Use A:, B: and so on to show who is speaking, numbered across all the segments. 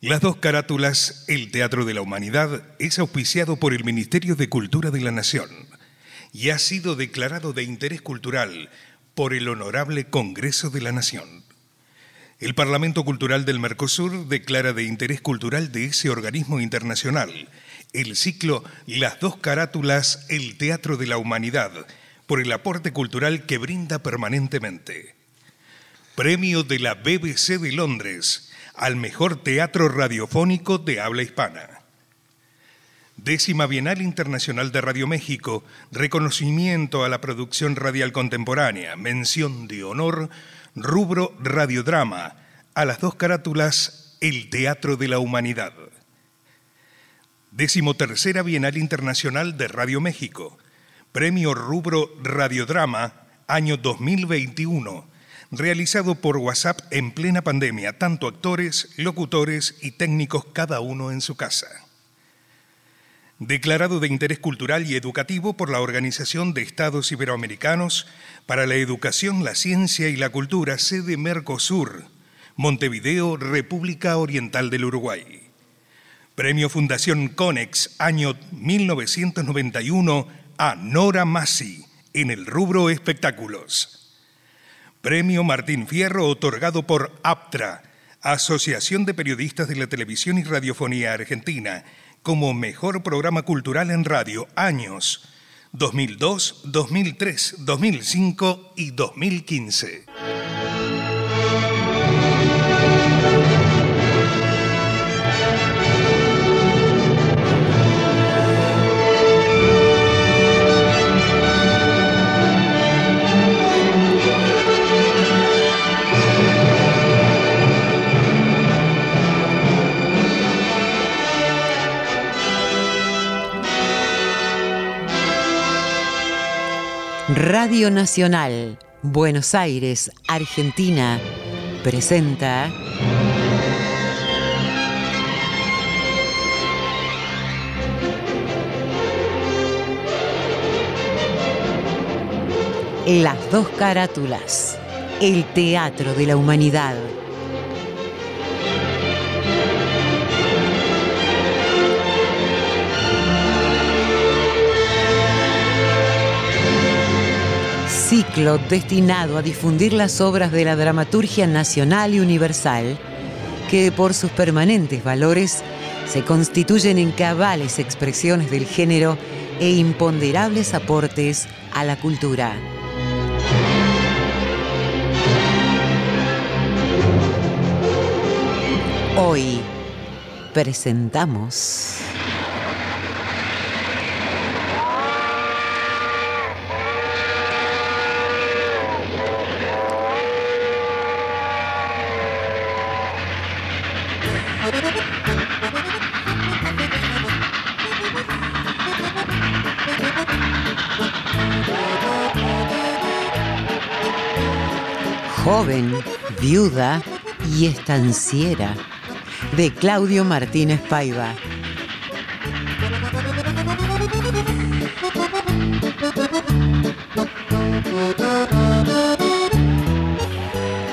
A: Las dos carátulas, el Teatro de la Humanidad, es auspiciado por el Ministerio de Cultura de la Nación y ha sido declarado de interés cultural por el Honorable Congreso de la Nación. El Parlamento Cultural del Mercosur declara de interés cultural de ese organismo internacional el ciclo Las dos carátulas, el Teatro de la Humanidad, por el aporte cultural que brinda permanentemente. Premio de la BBC de Londres al mejor teatro radiofónico de habla hispana. Décima Bienal Internacional de Radio México, reconocimiento a la producción radial contemporánea, mención de honor, rubro radiodrama, a las dos carátulas, el Teatro de la Humanidad. Décimo tercera Bienal Internacional de Radio México, premio rubro radiodrama, año 2021, realizado por WhatsApp en plena pandemia, tanto actores, locutores y técnicos cada uno en su casa. Declarado de interés cultural y educativo por la Organización de Estados Iberoamericanos para la Educación, la Ciencia y la Cultura, sede Mercosur, Montevideo, República Oriental del Uruguay. Premio Fundación Conex, año 1991, a Nora Massi, en el rubro espectáculos. Premio Martín Fierro, otorgado por APTRA, Asociación de Periodistas de la Televisión y Radiofonía Argentina, como mejor programa cultural en radio, años 2002, 2003, 2005 y 2015.
B: Radio Nacional, Buenos Aires, Argentina, presenta Las dos carátulas, el teatro de la humanidad. Ciclo destinado a difundir las obras de la dramaturgia nacional y universal, que por sus permanentes valores se constituyen en cabales expresiones del género e imponderables aportes a la cultura. Hoy presentamos...
C: Uh,
B: Joven, viuda y estanciera de Claudio Martínez Paiva.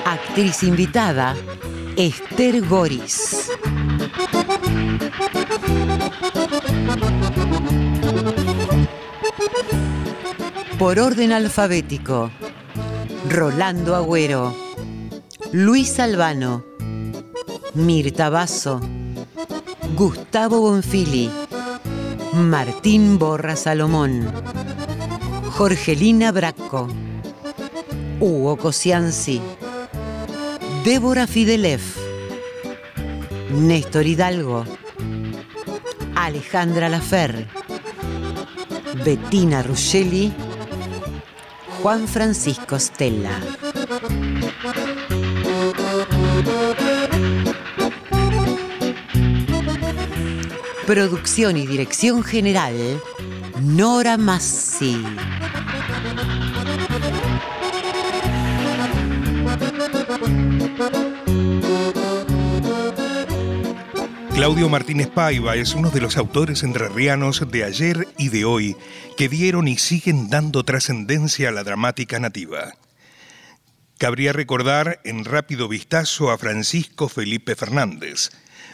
B: Actriz invitada, Esther Goris. Por orden alfabético, Rolando Agüero, Luis Albano, Mirta Basso, Gustavo Bonfili, Martín Borra Salomón, Jorgelina Bracco, Hugo Cosianzi, Débora Fidelef, Néstor Hidalgo, Alejandra Lafer, Bettina Ruggeli, Juan Francisco Stella. Producción y dirección general, Nora Massi.
A: Claudio Martínez Paiva es uno de los autores entrerrianos de ayer y de hoy que dieron y siguen dando trascendencia a la dramática nativa. Cabría recordar en rápido vistazo a Francisco Felipe Fernández,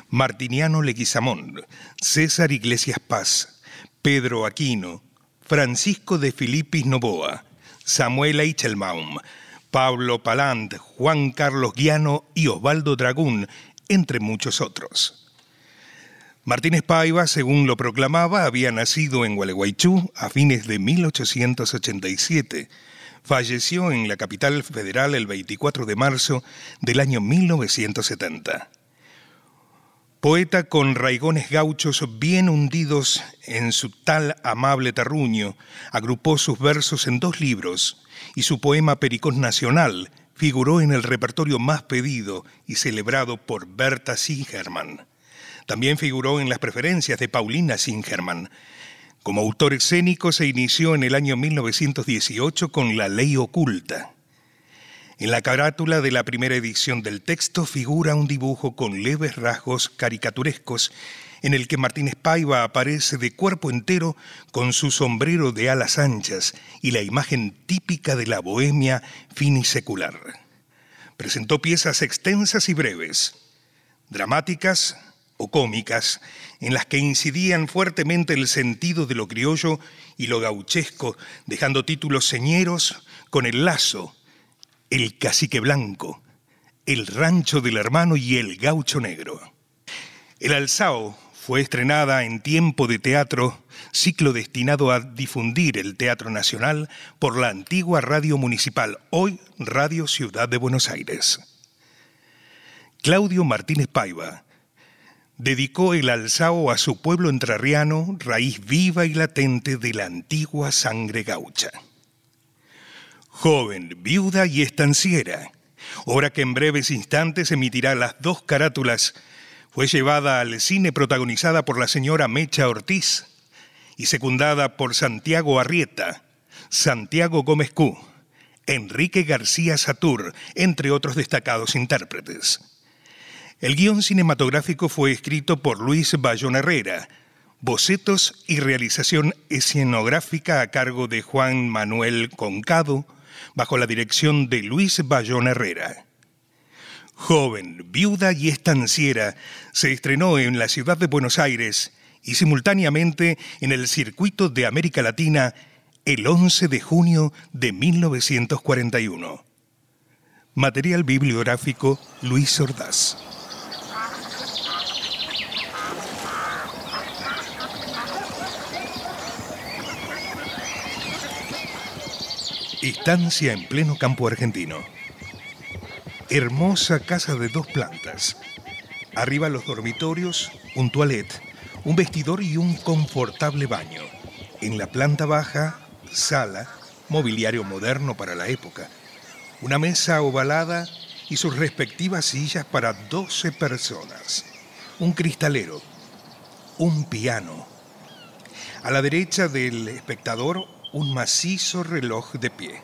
A: Martiniano Leguizamón, César Iglesias Paz, Pedro Aquino, Francisco de Filipis Novoa, Samuel Eichelbaum, Pablo Palant, Juan Carlos Guiano y Osvaldo Dragún, entre muchos otros. Martínez Paiva, según lo proclamaba, había nacido en Gualeguaychú a fines de 1887. Falleció en la capital federal el 24 de marzo del año 1970. Poeta con raigones gauchos bien hundidos en su tal amable terruño, agrupó sus versos en dos libros y su poema Pericón Nacional figuró en el repertorio más pedido y celebrado por Berta Singerman. También figuró en las preferencias de Paulina Singerman. Como autor escénico se inició en el año 1918 con La Ley Oculta. En la carátula de la primera edición del texto figura un dibujo con leves rasgos caricaturescos en el que Martínez Paiva aparece de cuerpo entero con su sombrero de alas anchas y la imagen típica de la bohemia finisecular. Presentó piezas extensas y breves, dramáticas, o cómicas, en las que incidían fuertemente el sentido de lo criollo y lo gauchesco, dejando títulos señeros con el lazo, el cacique blanco, el rancho del hermano y el gaucho negro. El alzao fue estrenada en tiempo de teatro, ciclo destinado a difundir el teatro nacional por la antigua radio municipal, hoy Radio Ciudad de Buenos Aires. Claudio Martínez Paiva, dedicó el alzao a su pueblo entrerriano, raíz viva y latente de la antigua sangre gaucha. Joven, viuda y estanciera, obra que en breves instantes emitirá las dos carátulas, fue llevada al cine protagonizada por la señora Mecha Ortiz y secundada por Santiago Arrieta, Santiago Gómez Cú, Enrique García Satur, entre otros destacados intérpretes. El guión cinematográfico fue escrito por Luis Bayón Herrera. Bocetos y realización escenográfica a cargo de Juan Manuel Concado, bajo la dirección de Luis Bayón Herrera. Joven, viuda y estanciera, se estrenó en la ciudad de Buenos Aires y simultáneamente en el circuito de América Latina el 11 de junio de 1941. Material bibliográfico Luis Ordaz. Estancia en pleno campo argentino. Hermosa casa de dos plantas. Arriba los dormitorios, un toilet, un vestidor y un confortable baño. En la planta baja, sala, mobiliario moderno para la época. Una mesa ovalada y sus respectivas sillas para 12 personas. Un cristalero. Un piano. A la derecha del espectador un macizo reloj de pie.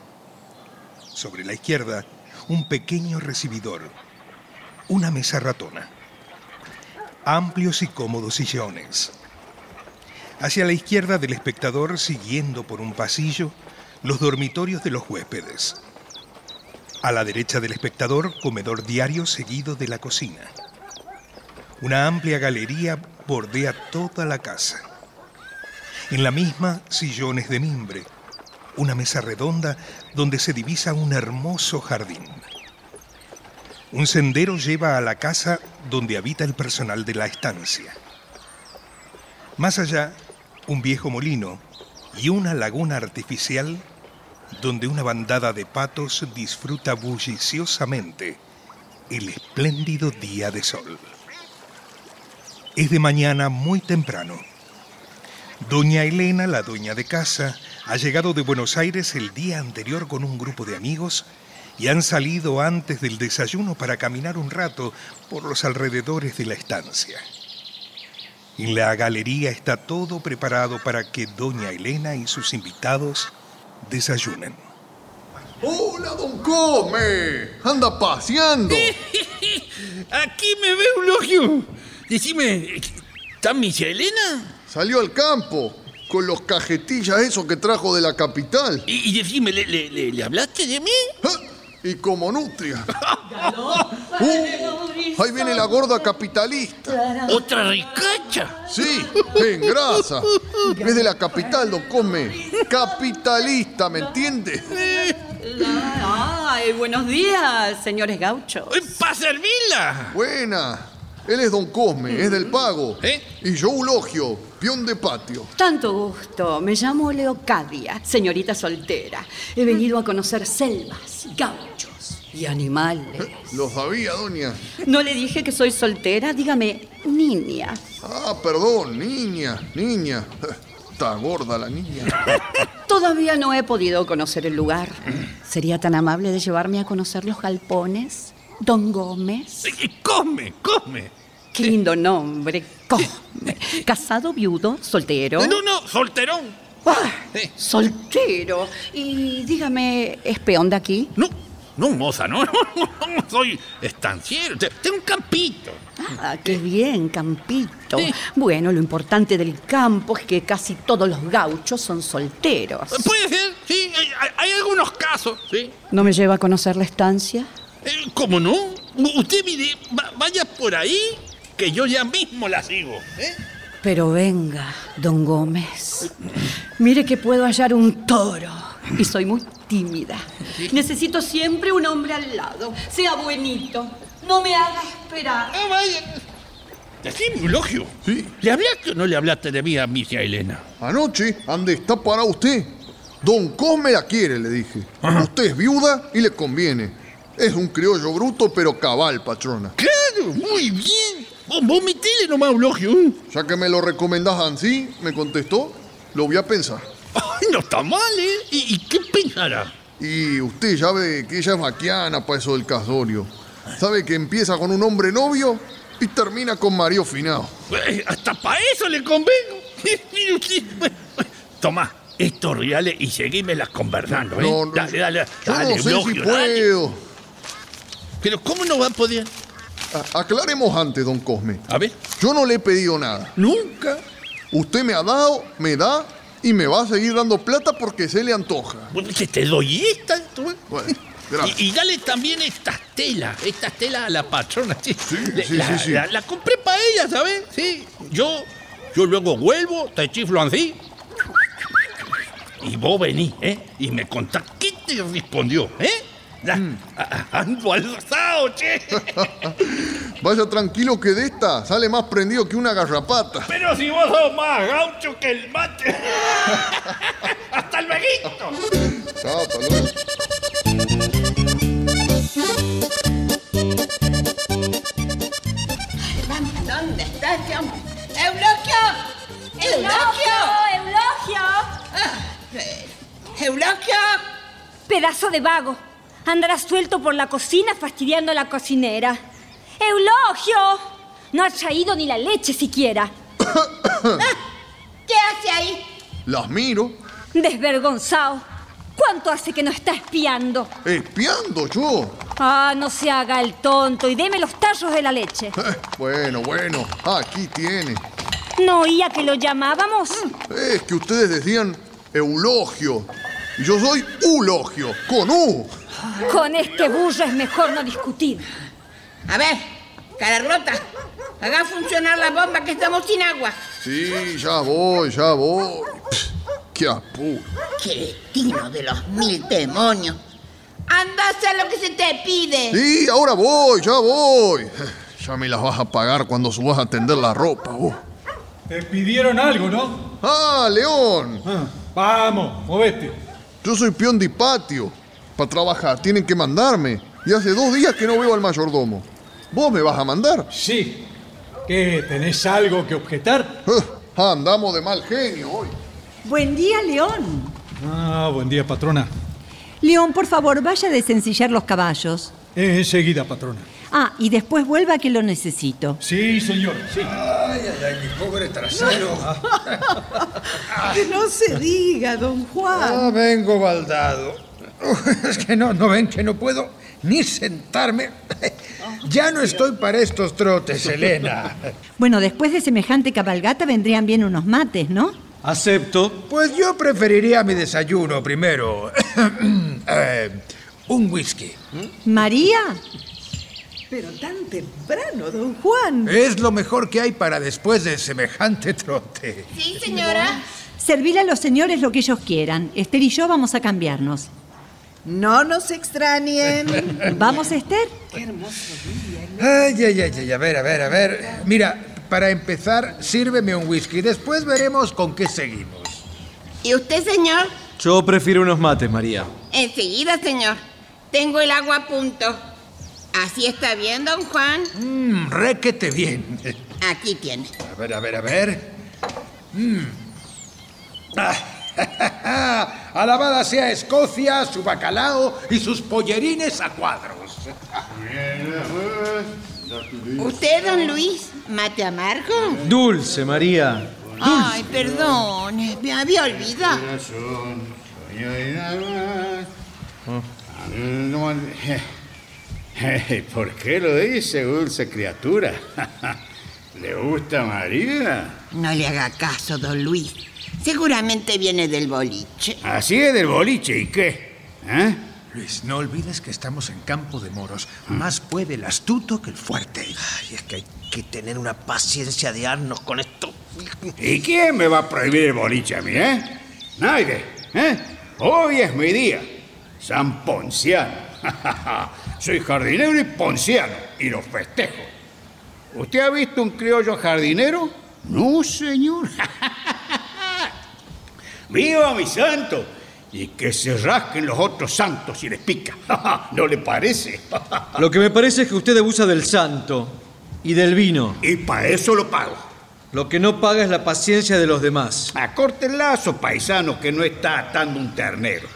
A: Sobre la izquierda, un pequeño recibidor, una mesa ratona, amplios y cómodos sillones. Hacia la izquierda del espectador, siguiendo por un pasillo, los dormitorios de los huéspedes. A la derecha del espectador, comedor diario seguido de la cocina. Una amplia galería bordea toda la casa. En la misma, sillones de mimbre, una mesa redonda donde se divisa un hermoso jardín. Un sendero lleva a la casa donde habita el personal de la estancia. Más allá, un viejo molino y una laguna artificial donde una bandada de patos disfruta bulliciosamente el espléndido día de sol. Es de mañana muy temprano. Doña Elena, la dueña de casa, ha llegado de Buenos Aires el día anterior con un grupo de amigos y han salido antes del desayuno para caminar un rato por los alrededores de la estancia. En la galería está todo preparado para que Doña Elena y sus invitados desayunen.
C: ¡Hola, don Come! ¡Anda paseando!
D: Aquí me ve Eulogio. Decime, ¿está mi Elena?
C: Salió al campo con los cajetillas esos que trajo de la capital.
D: Y, y decime, ¿le, le, le, le hablaste de mí?
C: ¡Ah! y como nutria. Uh, ahí viene la gorda capitalista.
E: ¡Otra ricacha!
C: Sí, en grasa. Es de la capital, don Cosme. Capitalista, ¿me entiende?
F: Ay, buenos días, señores gauchos.
E: ¡Para servirla!
C: Buena. Él es don Cosme, es del pago.
E: ¿Eh?
C: Y yo, Eulogio, peón de patio.
F: Tanto gusto. Me llamo Leocadia, señorita soltera. He venido a conocer selvas, gauchos y animales.
C: Lo sabía, doña.
F: ¿No le dije que soy soltera? Dígame, niña.
C: Ah, perdón, niña, niña. Está gorda la niña.
F: Todavía no he podido conocer el lugar. ¿Sería tan amable de llevarme a conocer los galpones? Don Gómez.
E: Y ¡Come, come!
F: Qué lindo nombre. Cosme. ¿Casado, viudo, soltero?
E: No, no, solterón.
F: Ah,
E: Eh.
F: soltero. Y dígame, ¿es peón de aquí?
E: No, no, moza, no, no, no, soy estanciero. te- Tengo un campito.
F: Ah, qué bien, campito.
E: Sí.
F: Bueno, lo importante del campo es que casi todos los gauchos son solteros.
E: Puede ser, sí, hay, hay- hay algunos casos, sí.
F: ¿No me lleva a conocer la estancia?
E: Eh, ¿Cómo no? U- Usted mire, va- vaya por ahí, que yo ya mismo la sigo. ¿eh?
F: Pero venga, don Gómez. Mire que puedo hallar un toro. Y soy muy tímida. Necesito siempre un hombre al lado. Sea buenito. No me haga esperar.
E: Ah, vaya. Decime, Eulogio.
C: Sí.
E: ¿Le hablaste o no le hablaste de mí a Misia Elena?
C: Anoche, ande está para usted. Don Cosme la quiere, le dije. Usted es viuda y le conviene. Es un criollo bruto, pero cabal, patrona.
E: Claro, muy bien. Vos, vos metele nomás, Eulogio. ¿eh?
C: Ya que me lo recomendás así, me contestó, lo voy a pensar.
E: Ay, no está mal, ¿eh? ¿Y, y qué pensará?
C: Y usted ya ve que ella es maquiana para eso del casorio. Sabe que empieza con un hombre novio y termina con Mario Finao.
E: Eh, hasta para eso le convengo. Mire usted. Tomá estos reales y seguímelas conversando, ¿eh?
C: No, no,
E: dale, dale,
C: Yo
E: dale,
C: no sé si
E: Eulogio, dale.
C: puedo.
E: Pero ¿cómo no va a poder?
C: A- aclaremos antes, don Cosme.
E: A ver.
C: Yo no le he pedido nada.
E: Nunca.
C: Usted me ha dado, me da y me va a seguir dando plata porque se le antoja.
E: Bueno, que te doy esta. tú.
C: Bueno, gracias.
E: Y, y dale también estas telas, estas telas a la patrona. Sí, Le-
C: sí,
E: la,
C: sí, sí.
E: La, la compré para ella, ¿sabes? Sí. Yo, yo luego vuelvo, te chiflo así. Y vos venís, ¿eh? Y me contás qué te respondió, ¿eh? La-
C: Mm.
E: a- a- Ando alzado, che.
C: Vaya tranquilo que de esta sale más prendido que una garrapata.
E: Pero si vos sos más gaucho que el mate. Hasta el veguito.
C: Chao, hasta luego.
G: ¿Dónde está este hombre? ¡Eulogio! ¡Eulogio!
H: ¡Eulogio!
G: ¡Eulogio!
H: Pedazo de vago. Andarás suelto por la cocina fastidiando a la cocinera. ¡Eulogio! No has traído ni la leche siquiera.
G: ¿Qué hace ahí?
C: Las miro,
H: Desvergonzado. ¿Cuánto hace que no está espiando?
C: espiando yo.
H: Ah, no se haga el tonto y deme los tallos de la leche.
C: Eh, Bueno, bueno, aquí tiene.
H: ¿No oía que lo llamábamos?
C: Es que ustedes decían eulogio. Y yo soy ulogio, con U.
G: Mm.
H: Con este burro es mejor no discutir.
G: A ver, Carlota, haga funcionar la bomba que estamos sin agua.
C: Sí, ya voy, ya voy. Pss, Qué apuro.
G: Cretino de los mil demonios. Anda a hacer lo que se te pide.
C: Sí, ahora voy, ya voy. Ya me las vas a pagar cuando subas a tender la ropa, vos.
I: Te pidieron algo, ¿no?
C: Ah, León,
I: Ah, Vamos, movete.
C: yo soy peón de patio. Para trabajar tienen que mandarme. Y hace dos días que no veo al mayordomo. ¿Vos me vas a mandar?
I: Sí. ¿Qué? ¿Tenés algo que objetar?
C: Ah, Andamos de mal genio hoy.
J: Buen día, León.
I: Ah, buen día, patrona.
J: León, por favor, vaya a desencillar los caballos.
I: Eh, Enseguida, patrona.
J: Ah, y después vuelva que lo necesito.
I: Sí, señor. Sí.
K: Que no se diga, don Juan.
L: Ah, vengo baldado. Es que no, no ven que no puedo ni sentarme. Ya no estoy para estos trotes, Elena.
J: Bueno, después de semejante cabalgata vendrían bien unos mates, ¿no?
I: Acepto.
L: Pues yo preferiría mi desayuno primero. Eh, un whisky.
J: María,
M: Pero tan temprano, don Juan.
L: Es lo mejor que hay para después de semejante trote.
J: Sí, señora. Servir a los señores lo que ellos quieran. Esther y yo vamos a cambiarnos.
M: No nos extrañen.
J: ¿Vamos, Esther?
M: Qué hermoso día.
L: Ay, ay, ay, ay, a ver, a ver, a ver. Mira, para empezar, sírveme un whisky. Después veremos con qué seguimos.
G: ¿Y usted, señor?
N: Yo prefiero unos mates, María.
G: Enseguida, señor. Tengo el agua a punto. Así está bien, don Juan.
L: Mm, réquete bien.
G: Aquí tiene.
L: A ver, a ver, a ver. Mm. Ah, Alabada sea Escocia, su bacalao y sus pollerines a cuadros.
G: ¿Usted, don Luis, mate amargo?
N: Dulce, María.
G: Ay, perdón. Me había olvidado.
O: No, eh, ¿Por qué lo dice, dulce criatura? ¿Le gusta María?
G: No le haga caso, don Luis. Seguramente viene del boliche.
O: Así es del boliche, ¿y qué? ¿Eh?
L: Luis, no olvides que estamos en campo de moros. Más puede el astuto que el fuerte. Ay, es que hay que tener una paciencia de arnos con esto.
O: ¿Y quién me va a prohibir el boliche a mí, eh? Nadie, ¿eh? Hoy es mi día. San Ponciano. Soy jardinero y ponciano, y lo festejo. ¿Usted ha visto un criollo jardinero? No, señor. ¡Viva mi santo! Y que se rasquen los otros santos si les pica. ¿No le parece?
N: Lo que me parece es que usted abusa del santo y del vino.
O: Y para eso lo pago.
N: Lo que no paga es la paciencia de los demás.
O: Acorte el lazo, paisano, que no está atando un ternero.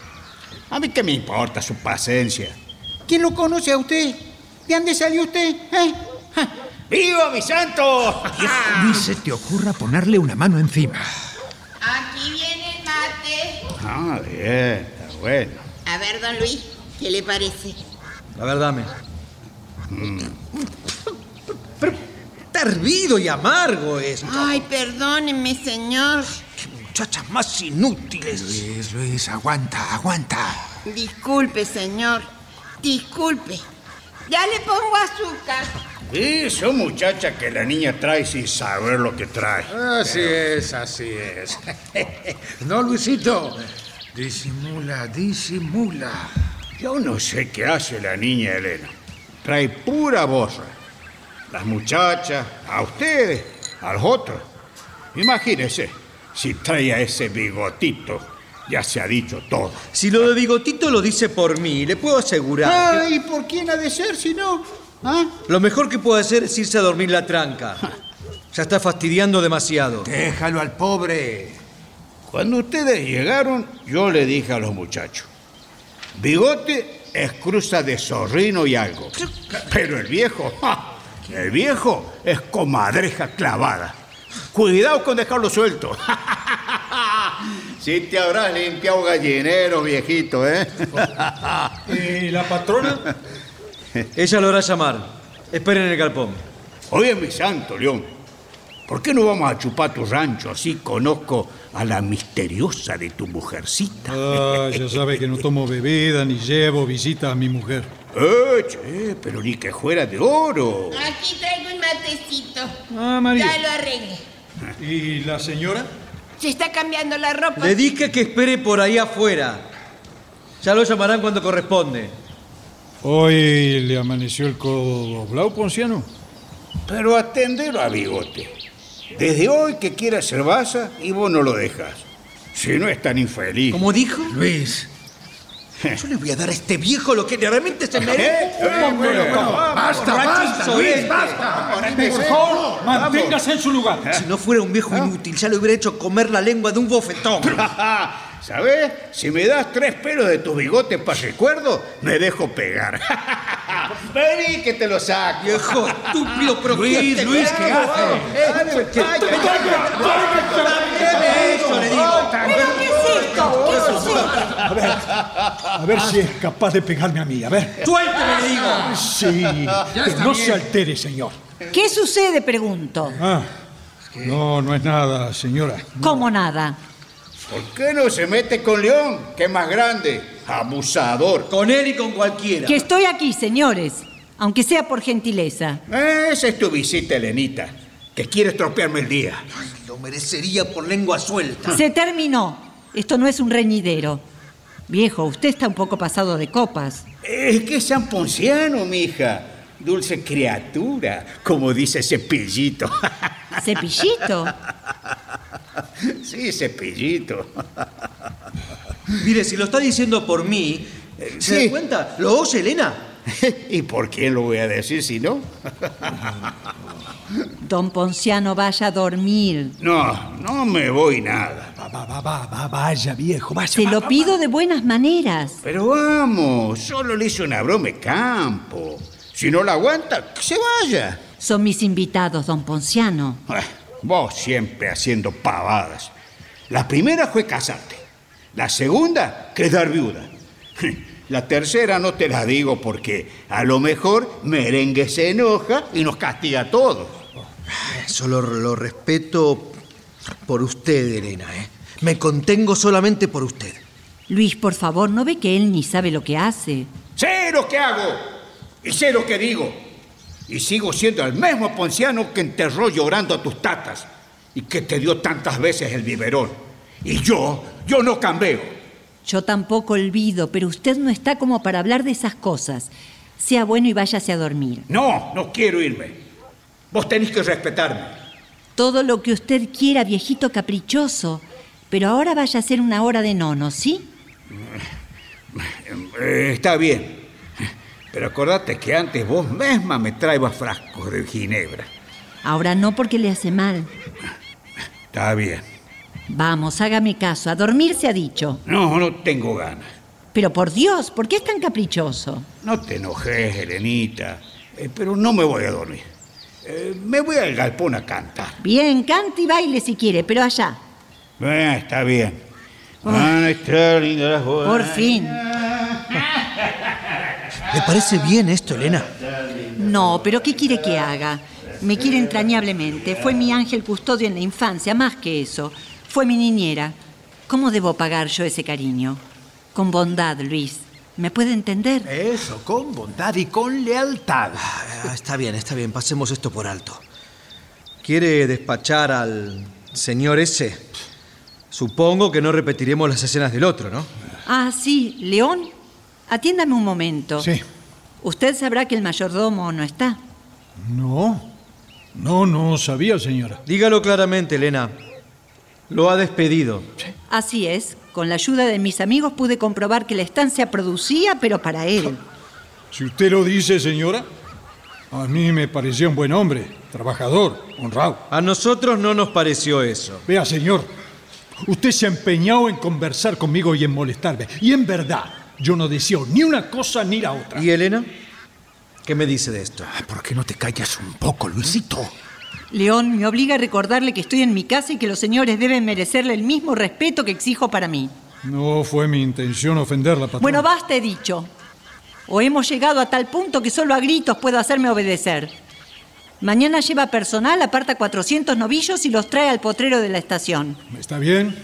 O: A mí qué me importa su paciencia. ¿Quién lo conoce a usted? ¿De dónde salió usted? ¿Eh? Ja. ¡Viva mi santo!
L: Ni se te ocurra ponerle una mano encima.
G: Aquí viene el mate.
O: Ah, bien, está bueno.
G: A ver, don Luis, ¿qué le parece?
N: La verdad, me.
L: Está hervido y amargo esto.
G: Ay, perdóneme, señor.
L: Muchachas más inútiles. Luis, Luis, aguanta, aguanta.
G: Disculpe, señor. Disculpe. Ya le pongo azúcar.
O: Sí, son muchachas que la niña trae sin saber lo que trae.
L: Así es, así es. No, Luisito. Disimula, disimula.
O: Yo no sé qué hace la niña Elena. Trae pura borra. Las muchachas, a ustedes, a los otros. Imagínense, si trae a ese bigotito, ya se ha dicho todo.
N: Si lo de bigotito lo dice por mí, le puedo asegurar. que
O: Ay, ¿por quién ha de ser si no? ¿Ah?
N: Lo mejor que puedo hacer es irse a dormir la tranca. Ya está fastidiando demasiado.
L: Déjalo al pobre.
O: Cuando ustedes llegaron, yo le dije a los muchachos, bigote es cruza de zorrino y algo. Pero el viejo, ¡ja! el viejo es comadreja clavada. Cuidado con dejarlo suelto. Si te habrás limpiado gallinero, viejito, ¿eh?
I: ¿Y la patrona?
N: Ella lo hará llamar. Esperen en el galpón.
O: Oye, mi santo, León, ¿por qué no vamos a chupar tu rancho así conozco a la misteriosa de tu mujercita?
I: Ah, ya sabe que no tomo bebida ni llevo visita a mi mujer.
O: Eh, che, pero ni que fuera de oro.
G: Aquí traigo un matecito.
I: Ah, María.
G: Ya lo arreglé.
I: ¿Y la señora?
G: Se está cambiando la ropa.
N: Le dije que espere por ahí afuera. Ya lo llamarán cuando corresponde.
I: Hoy le amaneció el codo doblado, Ponciano.
O: Pero atendelo a bigote. Desde hoy que quiera cerveza y vos no lo dejas. Si no es tan infeliz.
N: ¿Cómo dijo?
L: Luis. Yo le voy a dar a este viejo lo que realmente se
O: Eh,
L: merece.
O: eh,
L: Hombre,
O: bueno, eh,
L: loco.
O: vamos,
L: basta, basta, Luis,
N: insolente.
L: basta.
I: Por
O: eh,
I: favor, manténgase en su lugar.
N: Si no fuera un
L: Ah.
N: viejo inútil, ya le hubiera hecho comer la lengua de un bofetón.
O: ¿Sabes? Si me das tres pelos de tus bigotes para recuerdo, me dejo pegar. Vení que te lo saco.
N: Viejo estúpido, pero Luis,
L: Luis, ¿qué hace?
O: ah, eh,
D: ¿Pero qué es esto? ¿Qué sucede?
I: A ver si es capaz de pegarme a mí, a ver.
N: ¡Suélteme, le digo!
I: Sí, pero no se altere, señor.
J: ¿Qué sucede? Pregunto.
I: Ah, no, no es nada, señora.
J: ¿Cómo nada?
O: ¿Por qué no se mete con León, que es más grande? Abusador.
N: Con él y con cualquiera.
J: Que estoy aquí, señores, aunque sea por gentileza.
O: Eh, Esa es tu visita, Elenita, que quiere estropearme el día.
N: Lo merecería por lengua suelta.
J: Se terminó. Esto no es un reñidero. Viejo, usted está un poco pasado de copas.
O: Es que es zamponciano, mija. Dulce criatura, como dice Cepillito.
J: ¿Cepillito?
O: Sí, Cepillito.
N: Mire, si lo está diciendo por mí, eh, ¿se
O: Sí.
N: da cuenta? ¿Lo oye Elena?
O: ¿Y por quién lo voy a decir si no?
J: Don Ponciano, vaya a dormir.
O: No, no me voy nada.
J: vaya, viejo, vaya. Se lo pido de buenas maneras.
O: Pero vamos, solo le hice una broma de campo. Si no la aguanta, que se vaya.
J: Son mis invitados, don Ponciano.
O: Ah, Vos siempre haciendo pavadas. La primera fue casarte. La segunda, quedar viuda. La tercera no te la digo porque a lo mejor merengue se enoja y nos castiga a todos.
N: Solo lo respeto por usted, Elena. ¿eh? Me contengo solamente por usted.
J: Luis, por favor, ¿no ve que él ni sabe lo que hace?
O: Sé lo que hago y sé lo que digo. Y sigo siendo el mismo ponciano que enterró llorando a tus tatas y que te dio tantas veces el biberón. Y yo, yo no cambio.
J: Yo tampoco olvido, pero usted no está como para hablar de esas cosas. Sea bueno y váyase a dormir.
O: No, no quiero irme. Vos tenés que respetarme.
J: Todo lo que usted quiera, viejito caprichoso. Pero ahora vaya a ser una hora de nono, ¿sí?
O: Eh, está bien. Pero acordate que antes vos misma me traibas frascos de ginebra.
J: Ahora no porque le hace mal.
O: Está bien.
J: Vamos, hágame caso. A dormir se ha dicho.
O: No, no tengo ganas.
J: Pero por Dios, ¿por qué es tan caprichoso?
O: No te enojes, Elenita. Eh, pero no me voy a dormir. Eh, me voy al galpón a cantar.
J: Bien, cante y baile si quiere, pero allá.
O: Bueno, Eh, está bien. Van a estar lindas las bodas.
J: Ah. Por fin.
N: ¿Le parece bien esto, Elena?
J: No, pero ¿qué quiere que haga? Me quiere entrañablemente. Fue mi ángel custodio en la infancia, más que eso. Fue mi niñera. ¿Cómo debo pagar yo ese cariño? Con bondad, Luis. ¿Me puede entender?
L: Eso, con bondad y con lealtad.
N: Ah, está bien, está bien. Pasemos esto por alto. ¿Quiere despachar al señor ese? Supongo que no repetiremos las escenas del otro, ¿no?
J: Ah, sí, León. Atiéndame un momento.
I: Sí.
J: Usted sabrá que el mayordomo no está.
I: No. No, no sabía, señora.
N: Dígalo claramente, Elena. Lo ha despedido.
J: Así es. Con la ayuda de mis amigos pude comprobar que la estancia producía, pero para él.
I: Si usted lo dice, señora, a mí me parecía un buen hombre, trabajador, honrado.
N: A nosotros no nos pareció eso.
I: Vea, señor, usted se ha empeñado en conversar conmigo y en molestarme. Y en verdad, yo no deseo ni una cosa ni la otra.
N: ¿Y Elena? ¿Qué me dice de esto?
L: ¿Por qué no te callas un poco, Luisito?
J: León me obliga a recordarle que estoy en mi casa y que los señores deben merecerle el mismo respeto que exijo para mí.
I: No fue mi intención ofenderla, patrón.
J: Bueno, basta, he dicho. O hemos llegado a tal punto que solo a gritos puedo hacerme obedecer. Mañana lleva personal, aparta 400 novillos y los trae al potrero de la estación.
I: ¿Está bien?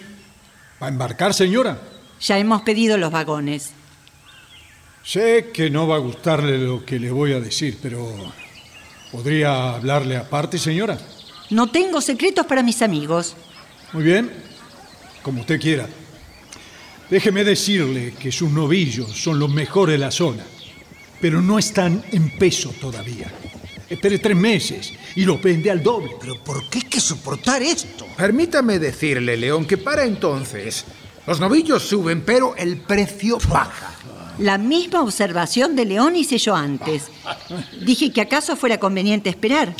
I: ¿Va a embarcar, señora?
J: Ya hemos pedido los vagones.
I: Sé que no va a gustarle lo que le voy a decir, pero... ¿Podría hablarle aparte, señora?
J: No tengo secretos para mis amigos.
I: Muy bien, como usted quiera. Déjeme decirle que sus novillos son los mejores de la zona, pero no están en peso todavía. Espere tres meses y los vende al doble.
L: ¿Pero por qué hay que soportar esto? Permítame decirle, León, que para entonces los novillos suben, pero el precio baja.
J: La misma observación de León hice yo antes. Dije que acaso fuera conveniente esperar.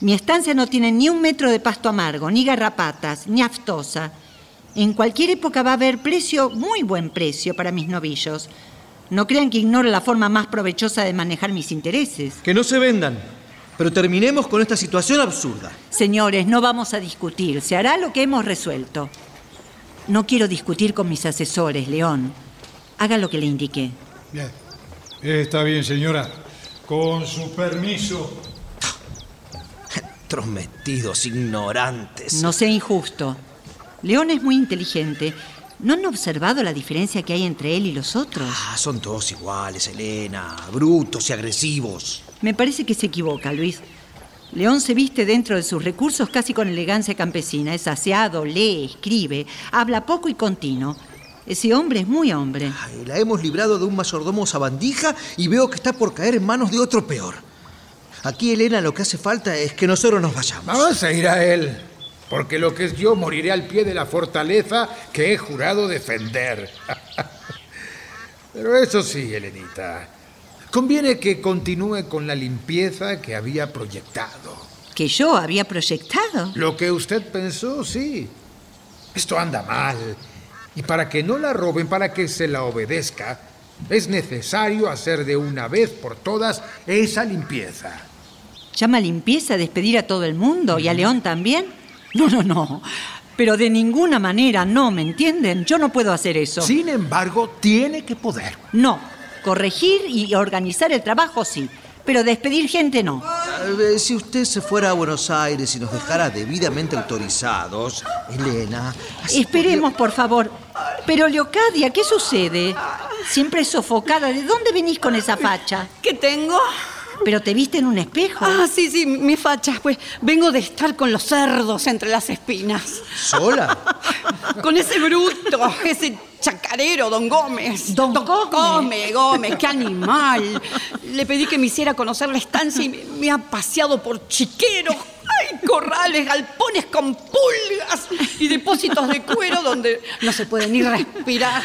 J: Mi estancia no tiene ni un metro de pasto amargo, ni garrapatas, ni aftosa. En cualquier época va a haber precio, muy buen precio para mis novillos. No crean que ignoro la forma más provechosa de manejar mis intereses.
N: Que no se vendan. Pero terminemos con esta situación absurda.
J: Señores, no vamos a discutir. Se hará lo que hemos resuelto. No quiero discutir con mis asesores, León. Haga lo que le indiqué.
I: Bien. Está bien, señora. Con su permiso.
N: Entrometidos, ignorantes.
J: No sea injusto. León es muy inteligente. ¿No han observado la diferencia que hay entre él y los otros?
N: Ah, son todos iguales, Elena. Brutos y agresivos.
J: Me parece que se equivoca, Luis. León se viste dentro de sus recursos casi con elegancia campesina. Es aseado, lee, escribe, habla poco y continuo. Ese hombre es muy hombre.
N: Y La hemos librado de un mayordomo sabandija y veo que está por caer en manos de otro peor. Aquí, Elena, lo que hace falta es que nosotros nos vayamos.
L: Vamos a ir a él, porque lo que es yo moriré al pie de la fortaleza que he jurado defender. Pero eso sí, Elenita, conviene que continúe con la limpieza que había proyectado.
J: ¿Que yo había proyectado?
L: Lo que usted pensó, sí. Esto anda mal. Y para que no la roben, para que se la obedezca, es necesario hacer de una vez por todas esa limpieza.
J: ¿Llama limpieza a despedir a todo el mundo
N: Mm.
J: y a León también? No, no, no. Pero de ninguna manera, no, ¿me entienden? Yo no puedo hacer eso.
L: Sin embargo, tiene que poder.
J: No. Corregir y organizar el trabajo sí, pero despedir gente no.
N: Tal vez Si usted se fuera a Buenos Aires y nos dejara debidamente autorizados, Elena.
J: Esperemos, por favor. Pero Leocadia, ¿qué sucede? Siempre sofocada. ¿De dónde venís con esa facha?
F: ¿Qué tengo?
J: Pero te viste en un espejo.
F: Ah, sí, sí, mi facha. Pues vengo de estar con los cerdos entre las espinas.
N: ¿Sola?
F: Con ese bruto, ese chacarero, don Gómez. Don, Gómez. Gómez, qué animal. Le pedí que me hiciera conocer la estancia y me, me ha paseado por chiqueros. Ay, corrales, galpones con pulgas y depósitos de cuero donde no se puede ni respirar.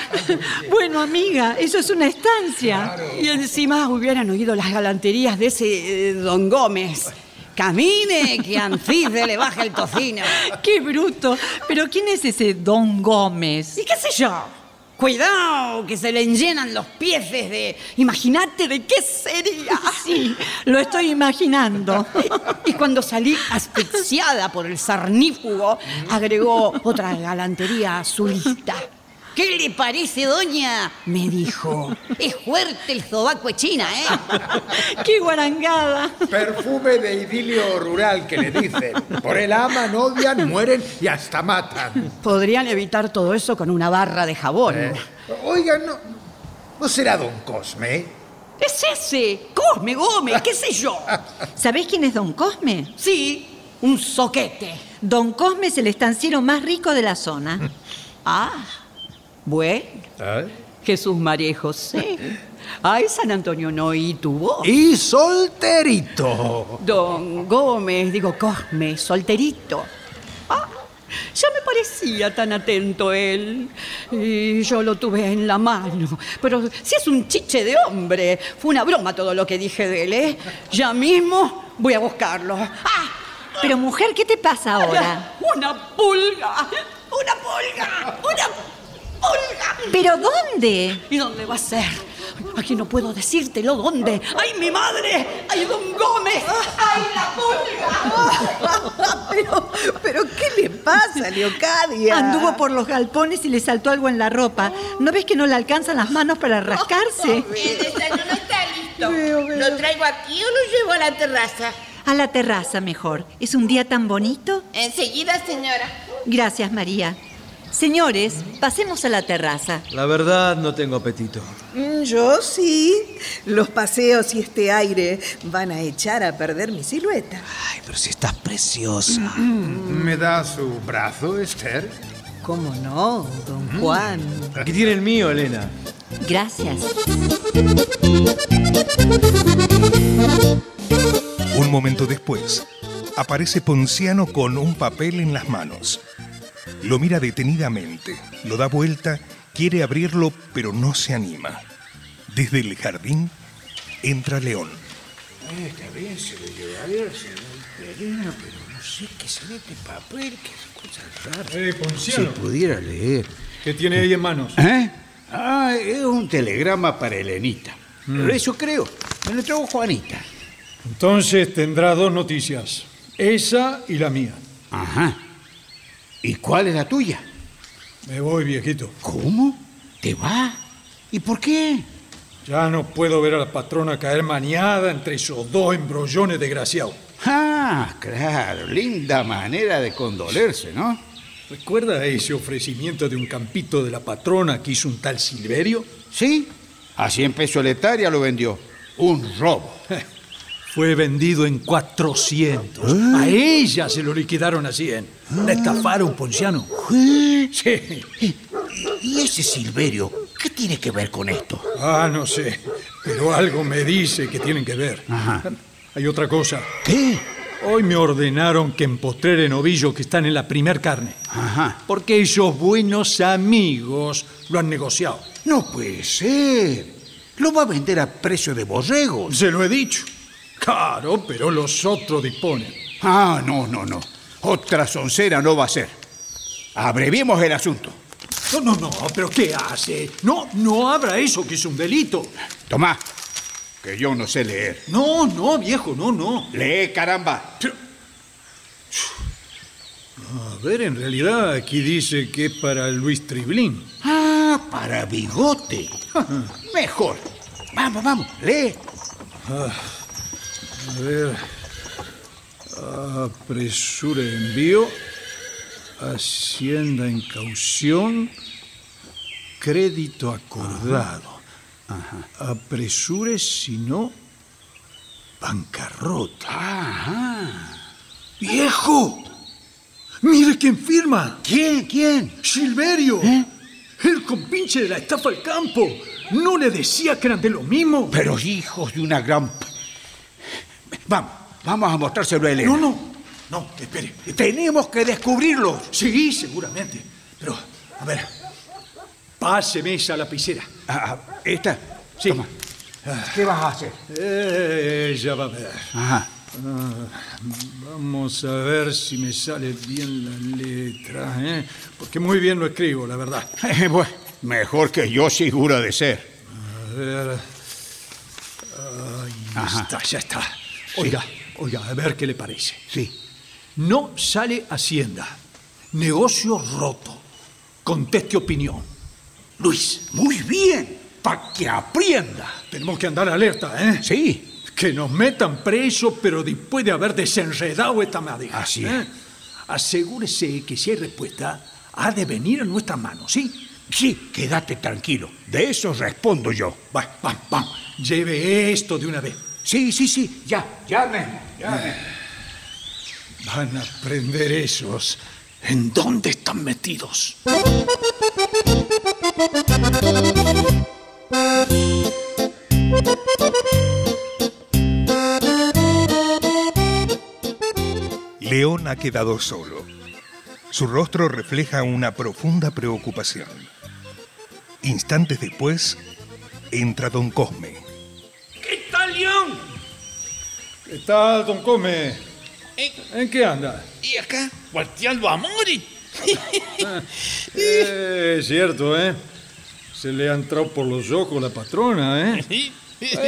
J: Bueno, amiga, eso es una estancia.
F: Y encima hubieran oído las galanterías de ese eh, don Gómez. Camine, que Anfide le baja el tocino.
J: ¡Qué bruto! ¿Pero quién es ese Don Gómez?
F: ¿Y qué sé yo? Cuidado, que se le llenan los pies de... Imagínate de qué sería.
J: Sí, lo estoy imaginando.
F: Y cuando salí asfixiada por el sarnífugo, agregó otra galantería azulita.
G: ¿Qué le parece, doña?
F: Me dijo.
G: Es fuerte el sobaco de China, ¿eh?
J: ¡Qué guarangada!
L: Perfume de idilio rural que le dicen. Por el aman, odian, mueren y hasta matan.
F: Podrían evitar todo eso con una barra de jabón.
L: Oigan, no, ¿no será don Cosme?
F: Es ese, Cosme Gómez, qué sé yo.
J: ¿Sabés quién es Don Cosme?
F: Sí, un soquete.
J: Don Cosme es el estanciero más rico de la zona.
F: Ah, bueno. Jesús María y José. Ay, San Antonio no y tu voz.
L: Y solterito.
F: Don Gómez, digo Cosme, solterito. Ah, ya me parecía tan atento él. Y yo lo tuve en la mano. Pero si es un chiche de hombre, fue una broma todo lo que dije de él, ¿eh? Ya mismo voy a buscarlo. ¡Ah!
J: Pero mujer, ¿qué te pasa ahora?
F: ¡Una pulga! ¡Una pulga! ¡Una pulga!
J: ¿Pero dónde?
F: ¿Y dónde va a ser? Aquí no puedo decírtelo dónde. ¡Ay, mi madre! ¡Ay, don Gómez! ¡Ay, la pulga!
M: Pero, pero ¿qué le pasa, Leocadia?
J: Anduvo por los galpones y le saltó algo en la ropa. ¿No ves que no le alcanzan las manos para rascarse?
G: El desayuno está listo.
M: Veo, veo.
G: ¿Lo traigo aquí o lo llevo a la terraza?
J: A la terraza mejor. ¿Es un día tan bonito?
G: Enseguida, señora.
J: Gracias, María. Señores, pasemos a la terraza.
N: La verdad, no tengo apetito.
M: Mm, Yo sí. Los paseos y este aire van a echar a perder mi silueta.
N: Ay, pero si estás preciosa.
L: ¿Me da su brazo, Esther? Mm.
M: ¿Cómo no, don Juan?
N: Aquí tiene el mío, Elena.
J: Gracias.
A: Un momento después, aparece Ponciano con un papel en las manos. Lo mira detenidamente, lo da vuelta, quiere abrirlo, pero no se anima. Desde el jardín entra León.
O: Eh, Está bien, se lo llevaré al señor Perino, pero no sé qué se mete
L: pues,
O: papel, qué cosa rara.
I: Eh, Ponciano.
O: Si pudiera leer.
I: ¿Qué tiene ahí en manos?
O: ¿Eh? Ah, es un telegrama para Elenita.
I: Mm.
O: Pero eso creo. Me lo trajo Juanita.
I: Entonces tendrá dos noticias. Esa y la mía.
O: Ajá. ¿Y cuál es la tuya?
I: Me voy, viejito.
O: ¿Cómo? ¿Te va? ¿Y por qué?
I: Ya no puedo ver a la patrona caer maniada entre esos dos embrollones desgraciados.
O: Ah, claro, linda manera de condolerse, ¿no?
I: ¿Recuerda ese ofrecimiento de un campito de la patrona que hizo un tal Silverio?
O: Sí, a 100 pesos la hectárea lo vendió. Un robo.
I: Fue vendido en 400. A ella se lo liquidaron a 100. La estafaron, Ponciano. Sí.
P: ¿Y ese Silverio? ¿Qué tiene que ver con esto?
I: Ah, no sé. Pero algo me dice que tienen que ver. Hay otra cosa.
P: ¿Qué?
I: Hoy me ordenaron que empostreren novillos que están en la primer carne. Porque esos buenos amigos lo han negociado.
P: No puede ser. Lo va a vender a precio de borrego.
I: Se lo he dicho. Claro, pero los otros disponen.
O: Ah, no, no, no. Otra soncera no va a ser. Abreviemos el asunto.
I: No, no, no, pero ¿qué hace? No, no abra eso, que es un delito.
O: Tomá, que yo no sé leer.
I: No, no, viejo, no, no.
O: Lee, caramba.
I: A ver, en realidad aquí dice que es para Luis Triblín.
P: Ah, para bigote.
O: Mejor. Vamos, vamos, lee.
I: Ah, a ver. Ah, presura de envío. Hacienda en caución. Crédito acordado. Apresure si no. Bancarrota. ¡Viejo! ¡Mire quién firma!
P: ¿Quién? ¿Quién? ¿Eh?
I: ¡Silverio! El compinche de la estafa al campo. No le decía que eran de lo mismo.
O: Pero hijos de una gran... p- Vamos, vamos a mostrárselo a Elena.
I: No, no. No, espere.
O: Tenemos que descubrirlo.
I: Sí, seguramente. Pero, a ver. Páseme esa lapicera.
O: Ah, ¿Esta?
I: Sí.
O: Ah. ¿Qué vas a hacer?
I: Eh, ya va a ver.
O: Ajá.
I: Ah, vamos a ver si me sale bien la letra, ¿eh? Porque muy bien lo escribo, la verdad.
O: Eh, Bueno, mejor que yo seguro de ser.
I: A ver. Ahí
O: Ajá.
I: está, ya está. Oiga, oiga, a ver qué le parece.
O: Sí.
I: No sale Hacienda. Negocio roto. Conteste opinión. Luis,
P: Muy bien. Para que aprenda.
I: tenemos que andar alerta, ¿eh?
O: Sí.
I: Que nos metan preso, pero después de haber desenredado esta madeja.
O: Así es.
I: ¿eh? Asegúrese que si hay respuesta, ha de venir a nuestras manos, ¿sí?
O: Sí, quédate tranquilo. De eso respondo yo.
I: Va, va, va. Lleve esto de una vez.
O: Sí, sí, sí. Ya, ya mismo. Ya mismo.
I: Van a prender esos. ¿En dónde están metidos?
A: León ha quedado solo. Su rostro refleja una profunda preocupación. Instantes después, entra don Cosme.
E: ¿Qué tal, León?
I: ¿Qué tal, don Come? ¿En qué anda?
E: ¿Y acá? Volteando a morir.
I: Eh, es cierto, ¿eh? Se le ha entrado por los ojos la patrona, ¿eh?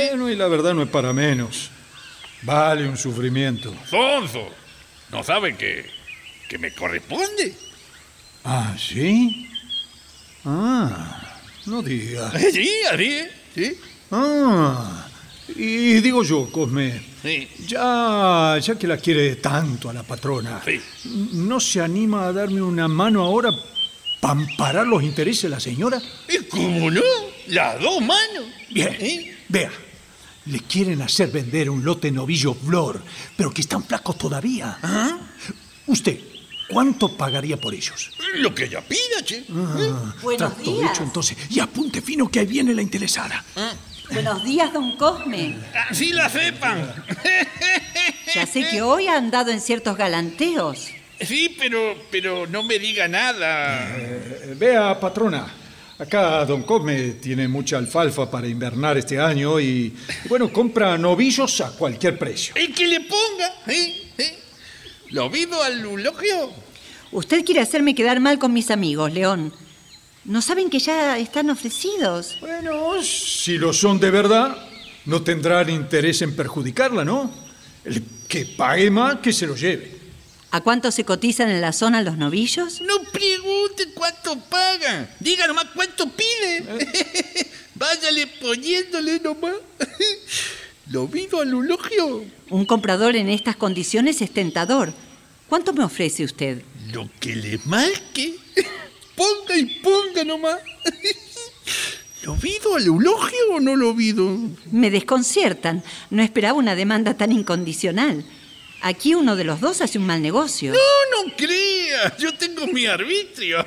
I: Bueno, y la verdad no es para menos. Vale un sufrimiento.
E: Sonso, ¿no sabe que, que me corresponde?
I: ¿Ah, sí? Ah, no diga.
E: Sí, así es, sí.
I: Ah, y digo yo, Cosme,
E: Sí.
I: ya, ya que la quiere tanto a la patrona, ¿no se anima a darme una mano ahora para amparar los intereses de la señora?
E: ¿Y cómo no? Las dos manos.
I: Bien, vea, le quieren hacer vender un lote novillo flor, pero que están flacos todavía. Usted, ¿cuánto pagaría por ellos?
E: Lo que ella pida, che.
I: Ah,
J: Buenos
I: trato
J: días.
I: hecho entonces, y apunte fino que ahí viene la interesada.
G: Ah.
J: Buenos días, don Cosme.
E: Así la sepan.
J: Ya sé que hoy ha andado en ciertos galanteos.
E: Sí, pero, pero no me diga nada.
I: Vea, patrona, acá Don Cosme tiene mucha alfalfa para invernar este año y, bueno, compra novillos a cualquier precio.
E: El que le ponga, ¿eh? ¿eh? Lo vivo al elogio.
J: Usted quiere hacerme quedar mal con mis amigos, León. ¿No saben que ya están ofrecidos?
I: Bueno, Si lo son de verdad, no tendrán interés en perjudicarla, ¿no? El que pague más, que se lo lleve.
J: ¿A cuánto se cotizan en la zona los novillos?
E: No pregunte cuánto pagan. Diga nomás cuánto pide.
J: Eh.
E: Váyale poniéndole nomás. Lo vivo al elogio.
J: Un comprador en estas condiciones es tentador. ¿Cuánto me ofrece usted?
E: Lo que le marque. Ponga y ponga nomás. ¿Lo vido al eulogio o no lo vido?
J: Me desconciertan. No esperaba una demanda tan incondicional. Aquí uno de los dos hace un mal negocio.
E: No, no crea. Yo tengo mi arbitrio.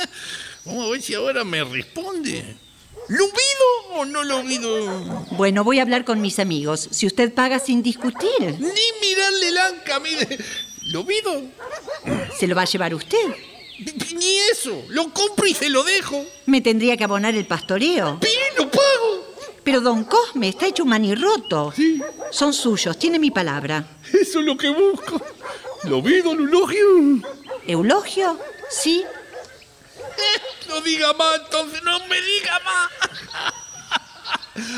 E: Vamos a ver si ahora me responde. ¿Lo vido o no lo vido?
J: Bueno, voy a hablar con mis amigos. Si usted paga sin discutir,
E: Ni mirarle el anca, mire. ¿Lo vido?
J: se lo va a llevar usted.
E: Ni eso. Lo compro y se lo dejo.
J: Me tendría que abonar el pastoreo.
E: lo pago!
J: Pero don Cosme está hecho un manirroto. Son suyos, tiene mi palabra.
E: Eso es lo que busco. ¿Lo vi, don Eulogio?
J: ¿Eulogio? Sí.
E: No diga más, entonces no me diga más.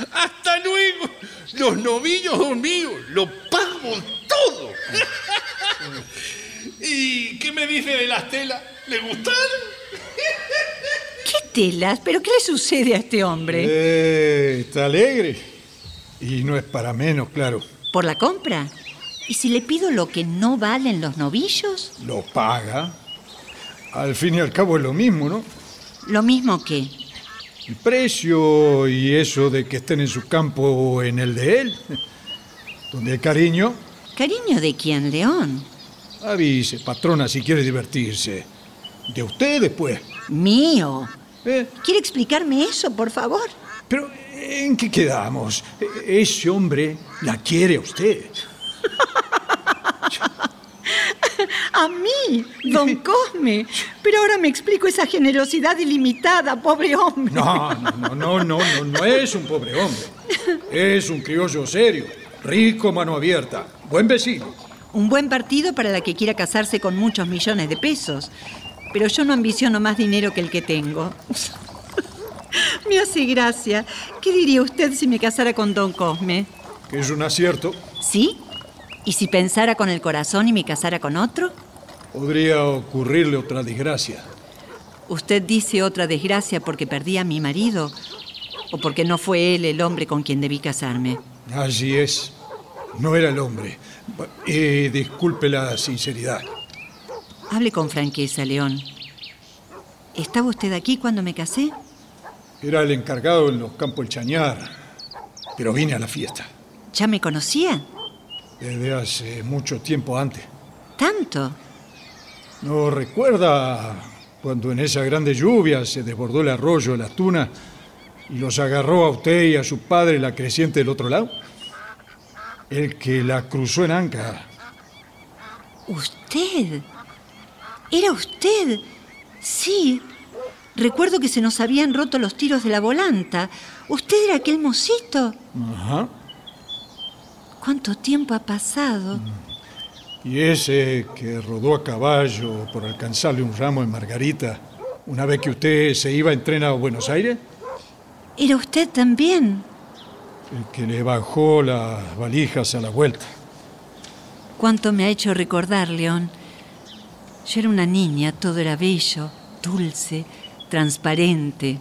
E: Hasta luego. Los novillos son míos. Lo pago todo. ¿Y qué me dice de las telas? ¿Le gustaron?
J: ¿Qué telas? ¿Pero qué le sucede a este hombre?
I: Eh, está alegre. Y no es para menos, claro.
J: ¿Por la compra? ¿Y si le pido lo que no valen los novillos?
I: Lo paga. Al fin y al cabo es lo mismo, ¿no?
J: Lo mismo que.
I: El precio y eso de que estén en su campo o en el de él. Donde hay cariño,
J: ¿Cariño de quién, León?
I: avise, patrona, si quiere divertirse. De ustedes, pues.
J: Mío. ¿Quiere explicarme eso, por favor?
I: Pero, ¿en qué quedamos? E- Ese hombre la quiere a usted.
J: A mí, don Cosme. Pero ahora me explico esa generosidad ilimitada, pobre hombre.
I: No, no, no, no, no, no, no es un pobre hombre. Es un criollo serio, rico, mano abierta, buen vecino.
J: Un buen partido para la que quiera casarse con muchos millones de pesos. Pero yo no ambiciono más dinero que el que tengo. me hace gracia. ¿Qué diría usted si me casara con Don Cosme?
I: Que es un acierto.
J: ¿Sí? ¿Y si pensara con el corazón y me casara con otro?
I: Podría ocurrirle otra desgracia.
J: Usted dice otra desgracia porque perdí a mi marido o porque no fue él el hombre con quien debí casarme.
I: Así es. No era el hombre. Bu- eh, disculpe la sinceridad.
J: Hable con franqueza, León. ¿Estaba usted aquí cuando me casé?
I: Era el encargado en los campos El Chañar. Pero vine a la fiesta.
J: ¿Ya me conocía?
I: Desde hace mucho tiempo antes.
J: ¿Tanto?
I: ¿No recuerda cuando en esa grande lluvia se desbordó el arroyo de las tunas y los agarró a usted y a su padre la creciente del otro lado? El que la cruzó en anca.
J: ¿Usted? ¿Era usted? Sí. Recuerdo que se nos habían roto los tiros de la volanta. ¿Usted era aquel mocito?
I: Ajá.
J: ¿Cuánto tiempo ha pasado?
I: Y ese que rodó a caballo por alcanzarle un ramo de margarita una vez que usted se iba en tren a Buenos Aires,
J: ¿Era usted también?
I: el que le bajó las valijas a la vuelta.
J: ¿Cuánto me ha hecho recordar, León? Yo era una niña, todo era bello, dulce, transparente.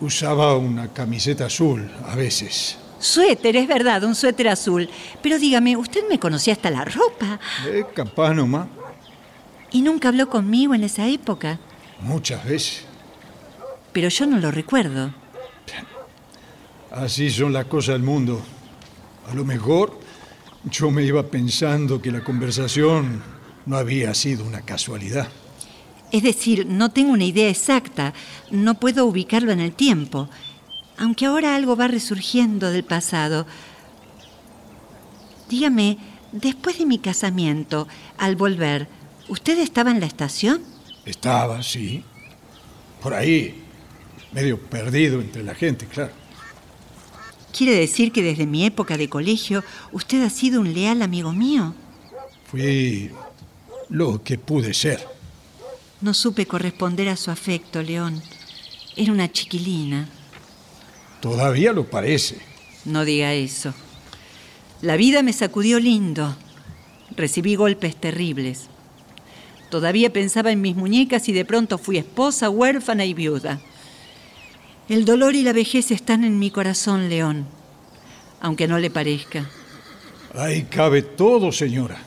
I: Usaba una camiseta azul a veces.
J: Suéter, es verdad, un suéter azul. Pero dígame, usted me conocía hasta la ropa
I: Eh, capaz nomás,
J: y nunca habló conmigo en esa época.
I: muchas veces.
J: Pero yo no lo recuerdo.
I: Así son las cosas del mundo. A lo mejor yo me iba pensando que la conversación no había sido una casualidad.
J: Es decir, no tengo una idea exacta, no puedo ubicarlo en el tiempo. Aunque ahora algo va resurgiendo del pasado. Dígame, después de mi casamiento, al volver, ¿usted estaba en la estación?
I: Estaba, sí. Por ahí, medio perdido entre la gente, claro.
J: ¿Quiere decir que desde mi época de colegio usted ha sido un leal amigo mío?
I: Fui lo que pude ser.
J: No supe corresponder a su afecto, León. Era una chiquilina.
I: Todavía lo parece.
J: No diga eso. La vida me sacudió lindo. Recibí golpes terribles. Todavía pensaba en mis muñecas y de pronto fui esposa, huérfana y viuda. El dolor y la vejez están en mi corazón, León, aunque no le parezca.
I: Ahí cabe todo, señora.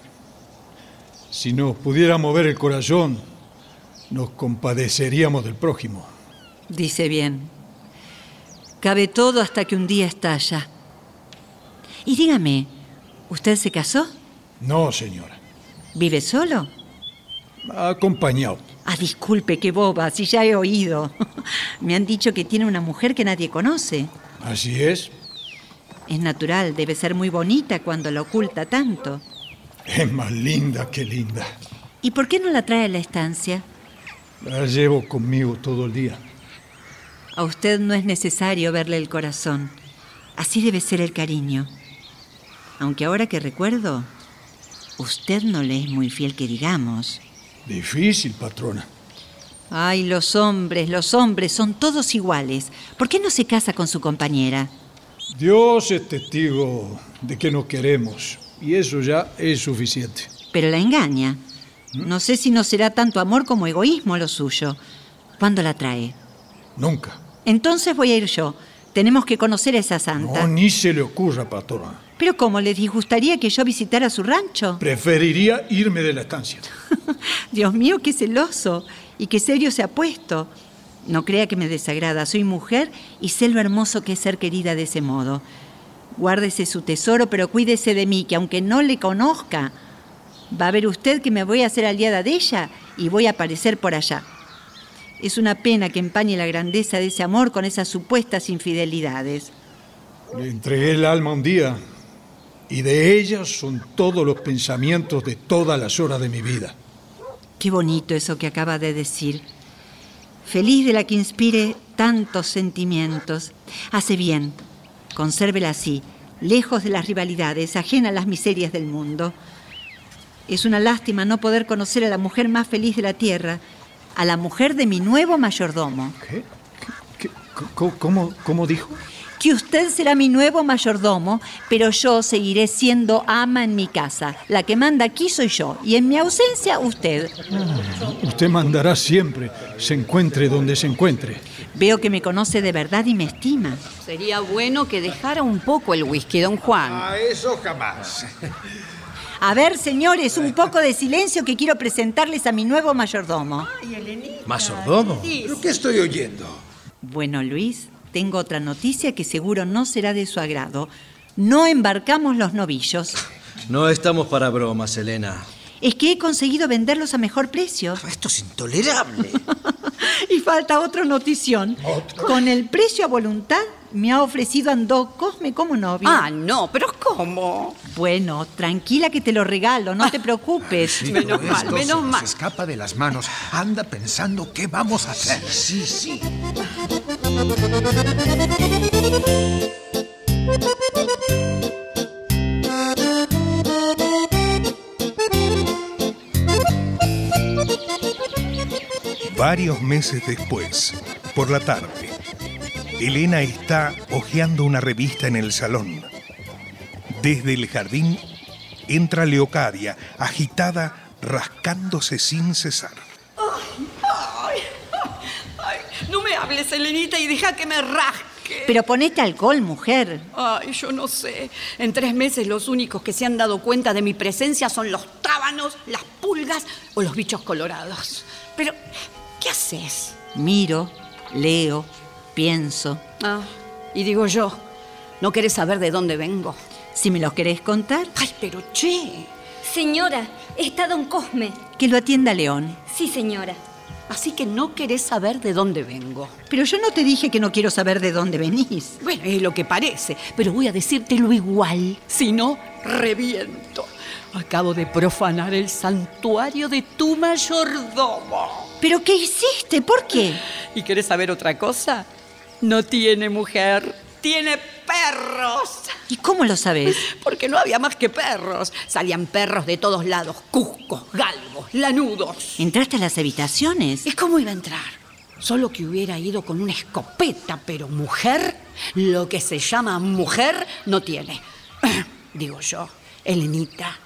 I: Si nos pudiera mover el corazón, nos compadeceríamos del prójimo.
J: Dice bien. Cabe todo hasta que un día estalla. Y dígame, ¿usted se casó?
I: No, señora.
J: ¿Vive solo?
I: Acompañado.
J: Ah, disculpe, qué boba, si ya he oído. Me han dicho que tiene una mujer que nadie conoce.
I: Así es.
J: Es natural, debe ser muy bonita cuando la oculta tanto.
I: Es más linda que linda.
J: ¿Y por qué no la trae a la estancia?
I: La llevo conmigo todo el día.
J: A usted no es necesario verle el corazón. Así debe ser el cariño. Aunque ahora que recuerdo, usted no le es muy fiel que digamos.
I: Difícil, patrona.
J: Ay, los hombres, los hombres son todos iguales. ¿Por qué no se casa con su compañera?
I: Dios es testigo de que nos queremos y eso ya es suficiente.
J: Pero la engaña.
I: ¿Mm?
J: No sé si no será tanto amor como egoísmo lo suyo. ¿Cuándo la trae?
I: Nunca.
J: Entonces voy a ir yo. Tenemos que conocer a esa santa.
I: No, Oh, ni se le ocurra, patrona.
J: Pero ¿cómo les disgustaría que yo visitara su rancho?
I: Preferiría irme de la estancia.
J: Dios mío, qué celoso y qué serio se ha puesto. No crea que me desagrada, soy mujer y sé lo hermoso que es ser querida de ese modo. Guárdese su tesoro, pero cuídese de mí, que aunque no le conozca, va a ver usted que me voy a hacer aliada de ella y voy a aparecer por allá. Es una pena que empañe la grandeza de ese amor con esas supuestas infidelidades.
I: Le entregué el alma un día y de ella son todos los pensamientos de todas las horas de mi vida.
J: Qué bonito eso que acaba de decir. Feliz de la que inspire tantos sentimientos. Hace bien, consérvela así, lejos de las rivalidades, ajena a las miserias del mundo. Es una lástima no poder conocer a la mujer más feliz de la tierra, a la mujer de mi nuevo mayordomo.
I: ¿Qué? ¿Qué? ¿Cómo, cómo, cómo dijo?
J: Que usted será mi nuevo mayordomo, pero yo seguiré siendo ama en mi casa. La que manda aquí soy yo, y en mi ausencia usted.
I: Ah, usted mandará siempre, se encuentre donde se encuentre.
J: Veo que me conoce de verdad y me estima.
Q: Sería bueno que dejara un poco el whisky, don Juan.
L: A eso jamás.
J: A ver, señores, un poco de silencio que quiero presentarles a mi nuevo mayordomo.
N: ¿Mayordomo?
L: ¿Pero qué estoy oyendo?
J: Bueno, Luis, tengo otra noticia que seguro no será de su agrado. No embarcamos los novillos.
N: No estamos para bromas, Elena.
J: Es que he conseguido venderlos a mejor precio.
N: Esto es intolerable.
J: y falta otra notición. Con el precio a voluntad me ha ofrecido Andó Cosme como novio.
Q: Ah, no, pero ¿cómo?
J: Bueno, tranquila que te lo regalo, no
F: Ah.
J: te preocupes.
Q: Sí, menos mal,
P: esto
Q: menos
P: se nos
Q: mal.
P: escapa de las manos. Anda pensando qué vamos a hacer. Sí, sí.
A: Varios meses después, por la tarde, Elena está hojeando una revista en el salón. Desde el jardín entra Leocadia, agitada, rascándose sin cesar.
F: Ay, ay, no me hables, Elenita, y deja que me rasque.
J: Pero ponete alcohol, mujer.
F: Ay, yo no sé. En tres meses los únicos que se han dado cuenta de mi presencia son los tábanos, las pulgas o los bichos colorados. Pero, ¿qué haces?
J: Miro, leo, pienso.
F: Ah, y digo yo, ¿no querés saber de dónde vengo?
J: Si me los querés contar.
F: Ay, pero che.
H: Señora, está don Cosme.
J: Que lo atienda León.
H: Sí, señora.
F: Así que no querés saber de dónde vengo.
J: Pero yo no te dije que no quiero saber de dónde venís.
F: Bueno, es lo que parece, pero voy a decírtelo igual. Si no, reviento. Acabo de profanar el santuario de tu mayordomo.
J: ¿Pero qué hiciste? ¿Por qué?
F: ¿Y querés saber otra cosa? No tiene mujer, tiene perros.
J: ¿Y cómo lo sabes?
F: Porque no había más que perros. Salían perros de todos lados, cuscos, galgos, lanudos.
J: ¿Entraste a las habitaciones?
F: ¿Y cómo iba a entrar? Solo que hubiera ido con una escopeta, pero mujer, lo que se llama mujer, no tiene. Digo yo, Elenita,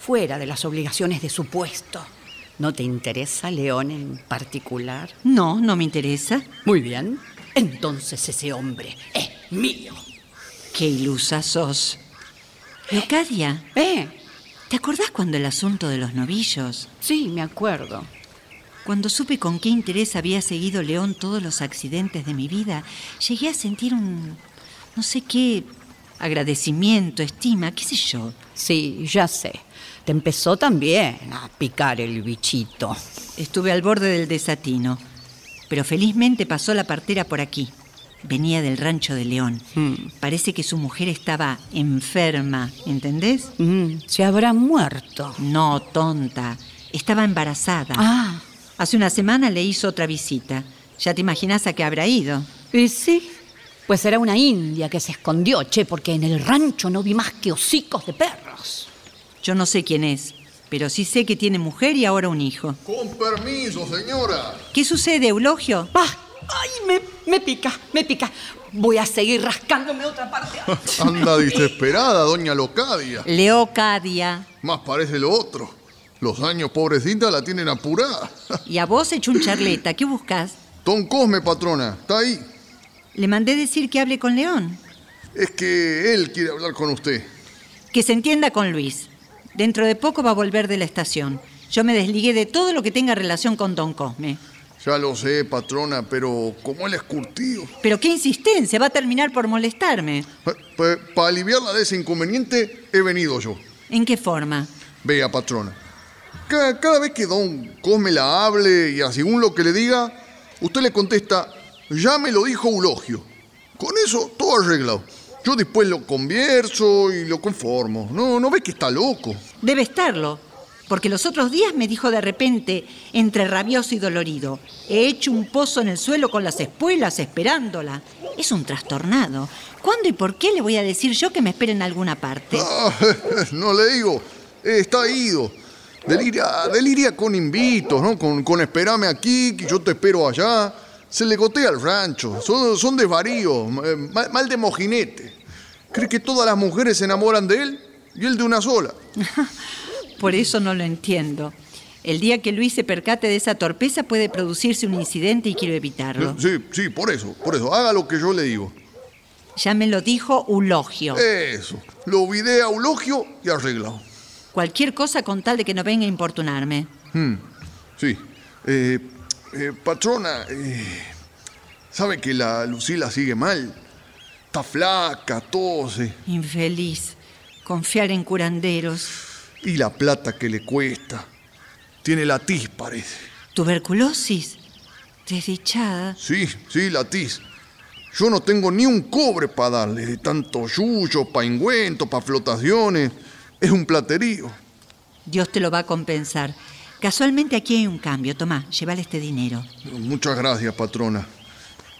F: fuera de las obligaciones de su puesto. ¿No te interesa León en particular?
J: No, no me interesa.
F: Muy bien. Entonces ese hombre es mío.
J: Qué ilusa sos. Leocadia,
F: ¿Eh?
J: ¿Te acordás cuando el asunto de los novillos?
Q: Sí, me acuerdo.
J: Cuando supe con qué interés había seguido León todos los accidentes de mi vida, llegué a sentir un... no sé qué... agradecimiento, estima, qué sé yo.
Q: Sí, ya sé. Te empezó también a picar el bichito.
J: Estuve al borde del desatino, pero felizmente pasó la partera por aquí. Venía del rancho de León.
Q: Mm.
J: Parece que su mujer estaba enferma, ¿entendés?
Q: Mm, Se habrá muerto.
J: No, tonta. Estaba embarazada.
Q: Ah.
J: Hace una semana le hizo otra visita. Ya te imaginas a qué habrá ido.
Q: Y sí, pues era una india que se escondió, che, porque en el rancho no vi más que hocicos de perros.
J: Yo no sé quién es, pero sí sé que tiene mujer y ahora un hijo.
C: Con permiso, señora.
J: ¿Qué sucede, Eulogio?
F: ¡Ay, me, me pica, me pica! Voy a seguir rascándome otra parte.
C: Anda desesperada, doña Locadia.
J: Leocadia.
C: Más parece lo otro. Los años, pobrecita, la tienen apurada.
J: Y a vos, hecho un charleta, ¿qué buscas?
C: Don Cosme, patrona, está ahí.
J: Le mandé decir que hable con León.
C: Es que él quiere hablar con usted.
J: Que se entienda con Luis. Dentro de poco va a volver de la estación. Yo me desligué de todo lo que tenga relación con Don Cosme.
C: Ya lo sé, patrona, pero como él es curtido.
J: Pero qué insistencia, va a terminar por molestarme.
C: Para aliviarla de ese inconveniente, he venido yo.
J: ¿En qué forma?
C: Vea, patrona. ca- Cada, vez que Don Cosme la hable y a según lo que le diga, usted le contesta, ya me lo dijo Eulogio. Con eso, todo arreglado. Yo después lo converso y lo conformo. No, no ve que está loco.
J: Debe estarlo, porque los otros días me dijo de repente, entre rabioso y dolorido, he hecho un pozo en el suelo con las espuelas esperándola. Es un trastornado. ¿Cuándo y por qué le voy a decir yo que me espere en alguna parte?
C: Ah, no le digo, eh, está ido. Deliria, deliria con invitos, ¿no? Con, con esperame aquí, que yo te espero allá. Se le gotea al rancho, son, son desvaríos, eh, mal, mal de mojinete. ¿Cree que todas las mujeres se enamoran de él? Y él de una sola.
J: Por eso no lo entiendo. El día que Luis se percate de esa torpeza puede producirse un incidente y quiero evitarlo.
C: Sí, sí, por eso, por eso. Haga lo que yo le digo.
J: Ya me lo dijo Ulogio.
C: Eso. Eh, Lo vidé a Eulogio y arreglado.
J: Cualquier cosa con tal de que no venga a importunarme.
C: Hmm, sí. Eh, eh, patrona, eh, sabe que la Lucila sigue mal. Está flaca, tose.
J: Infeliz. Confiar en curanderos.
C: Y la plata que le cuesta. Tiene la tis, parece.
J: Tuberculosis. Desdichada.
C: Sí, sí, la tis. Yo no tengo ni un cobre para darle, de tanto yuyo, pa' ingüento, pa' flotaciones. Es un platerío.
J: Dios te lo va a compensar. Casualmente aquí hay un cambio. Tomá, llévale este dinero.
C: Muchas gracias, patrona.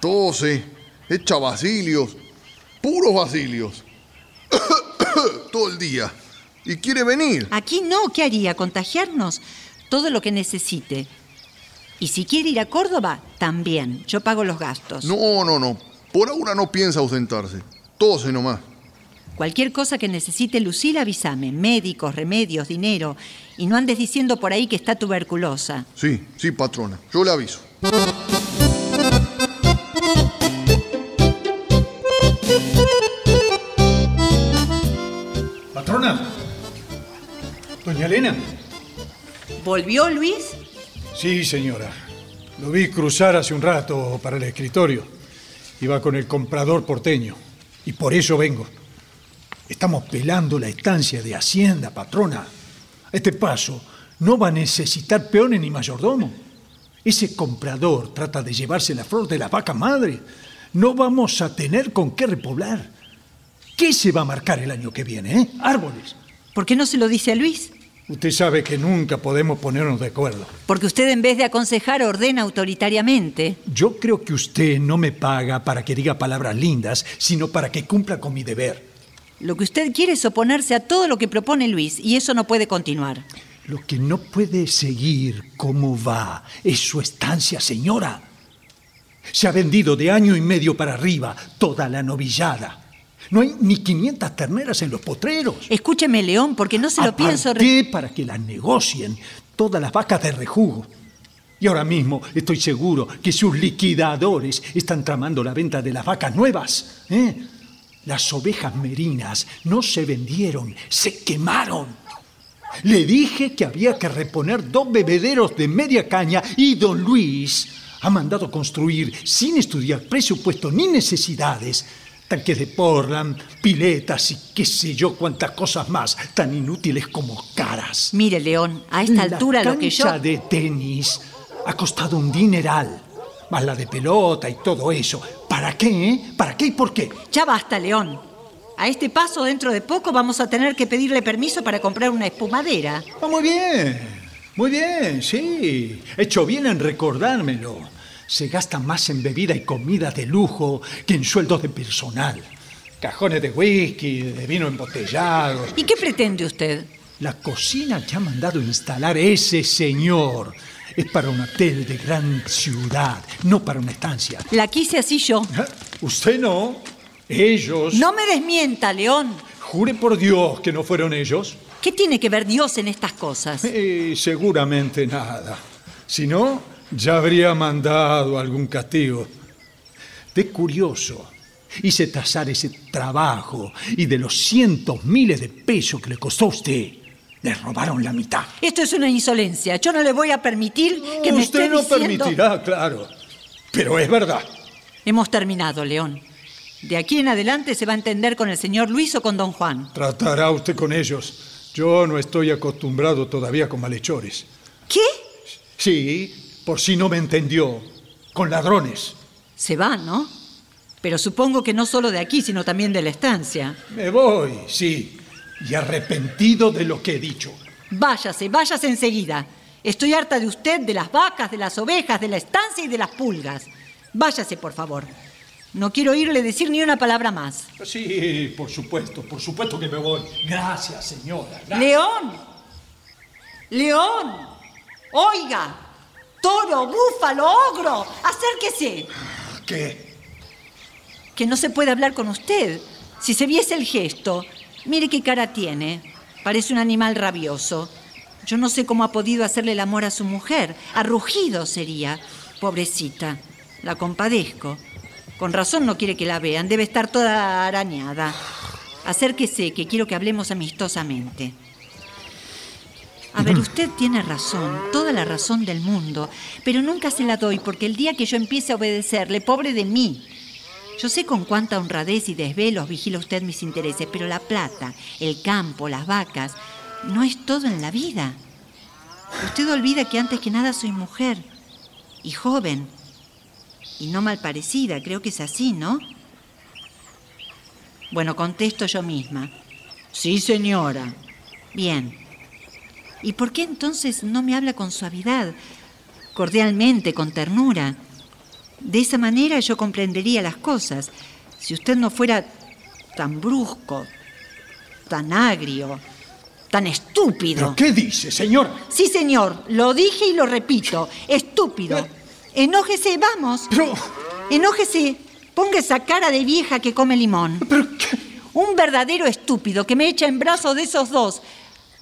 C: Tose, echa basilios, puros basilios. Todo el día. ¿Y quiere venir?
J: Aquí no, ¿qué haría? ¿Contagiarnos? Todo lo que necesite. Y si quiere ir a Córdoba, también. Yo pago los gastos.
C: No, no, no. Por ahora no piensa ausentarse. Tose nomás.
J: Cualquier cosa que necesite Lucila, avísame. Médicos, remedios, dinero. Y no andes diciendo por ahí que está tuberculosa.
C: Sí, sí, patrona. Yo le aviso.
I: Patrona. Doña Elena.
J: ¿Volvió Luis?
I: Sí, señora. Lo vi cruzar hace un rato para el escritorio. Iba con el comprador porteño. Y por eso vengo. Estamos pelando la estancia de Hacienda, patrona. A este paso, no va a necesitar peones ni mayordomo. Ese comprador trata de llevarse la flor de la vaca madre. No vamos a tener con qué repoblar. ¿Qué se va a marcar el año que viene, eh? Árboles.
J: ¿Por qué no se lo dice a Luis?
I: Usted sabe que nunca podemos ponernos de acuerdo.
J: Porque usted en vez de aconsejar ordena autoritariamente.
I: Yo creo que usted no me paga para que diga palabras lindas, sino para que cumpla con mi deber.
J: Lo que usted quiere es oponerse a todo lo que propone Luis y eso no puede continuar.
I: Lo que no puede seguir como va es su estancia, señora. Se ha vendido de año y medio para arriba toda la novillada. No hay ni 500 terneras en los potreros.
J: Escúcheme, León, porque no se lo pienso... re-
I: Aparté para que las negocien todas las vacas de rejugo. Y ahora mismo estoy seguro que sus liquidadores están tramando la venta de las vacas nuevas. ¿eh? Las ovejas merinas no se vendieron, se quemaron. Le dije que había que reponer dos bebederos de media caña y don Luis ha mandado construir, sin estudiar presupuesto ni necesidades, tanques de Portland, piletas y qué sé yo cuántas cosas más, tan inútiles como caras.
J: Mire, León, a esta altura
I: la
J: lo que yo...
I: cancha de tenis ha costado un dineral, más la de pelota y todo eso. ¿Para qué? eh? ¿Para qué y por qué?
J: Ya basta, León. A este paso, dentro de poco, vamos a tener que pedirle permiso para comprar una espumadera.
I: Ah, muy bien, muy bien, sí. Hecho bien en recordármelo. Se gasta más en bebida y comida de lujo que en sueldos de personal. Cajones de whisky, de vino embotellado.
J: ¿Y qué pretende usted?
I: La cocina que ha mandado instalar ese señor es para un hotel de gran ciudad, no para una estancia. ¿Eh?
J: La quise así yo.
I: Usted no, ellos.
J: No me desmienta, León.
I: Jure por Dios que no fueron ellos.
J: ¿Qué tiene que ver Dios en estas cosas?
I: Eh, seguramente nada. Si no, ya habría mandado algún castigo. De curioso, hice tasar ese trabajo y de los cientos miles de pesos que le costó a usted, le robaron la mitad.
J: Esto es una insolencia. Yo no le voy a permitir que me esté
I: usted no
J: diciendo-
I: permitirá, claro. Pero es verdad.
J: Hemos terminado, León. De aquí en adelante se va a entender con el señor Luis o con don Juan.
I: Tratará usted con ellos. Yo no estoy acostumbrado todavía con malhechores.
J: ¿Qué?
I: Sí, por si no me entendió. Con ladrones.
J: Se va, ¿no? Pero supongo que no solo de aquí, sino también de la estancia.
I: Me voy, sí. Y arrepentido de lo que he dicho.
J: Váyase, váyase enseguida. Estoy harta de usted, de las vacas, de las ovejas, de la estancia y de las pulgas. Váyase, por favor. No quiero oírle decir ni una palabra más.
I: Sí, por supuesto, por supuesto que me voy. Gracias, señora. gracias.
J: León, León, oiga, toro, búfalo, ogro, acérquese.
I: ¿Qué?
J: Que no se puede hablar con usted. Si se viese el gesto, mire qué cara tiene. Parece un animal rabioso. Yo no sé cómo ha podido hacerle el amor a su mujer. Arrugido sería. Pobrecita. La compadezco. Con razón no quiere que la vean. Debe estar toda arañada. Acérquese, que quiero que hablemos amistosamente. A ver, usted tiene razón, toda la razón del mundo, pero nunca se la doy porque el día que yo empiece a obedecerle, pobre de mí. Yo sé con cuánta honradez y desvelos vigila usted mis intereses, pero la plata, el campo, las vacas, no es todo en la vida. Usted olvida que antes que nada soy mujer y joven y no mal parecida, creo que es así, ¿no? Bueno, contesto yo misma. Sí, señora. Bien. ¿Y por qué entonces no me habla con suavidad, cordialmente, con ternura? De esa manera yo comprendería las cosas. Si usted no fuera tan brusco, tan agrio, tan estúpido.
I: ¿Pero qué dice, señora?
J: Sí, señor, lo dije y lo repito. Estúpido. Enójese, vamos. Enójese. Ponga esa cara de vieja que come limón. Un verdadero estúpido que me echa en brazos de esos dos,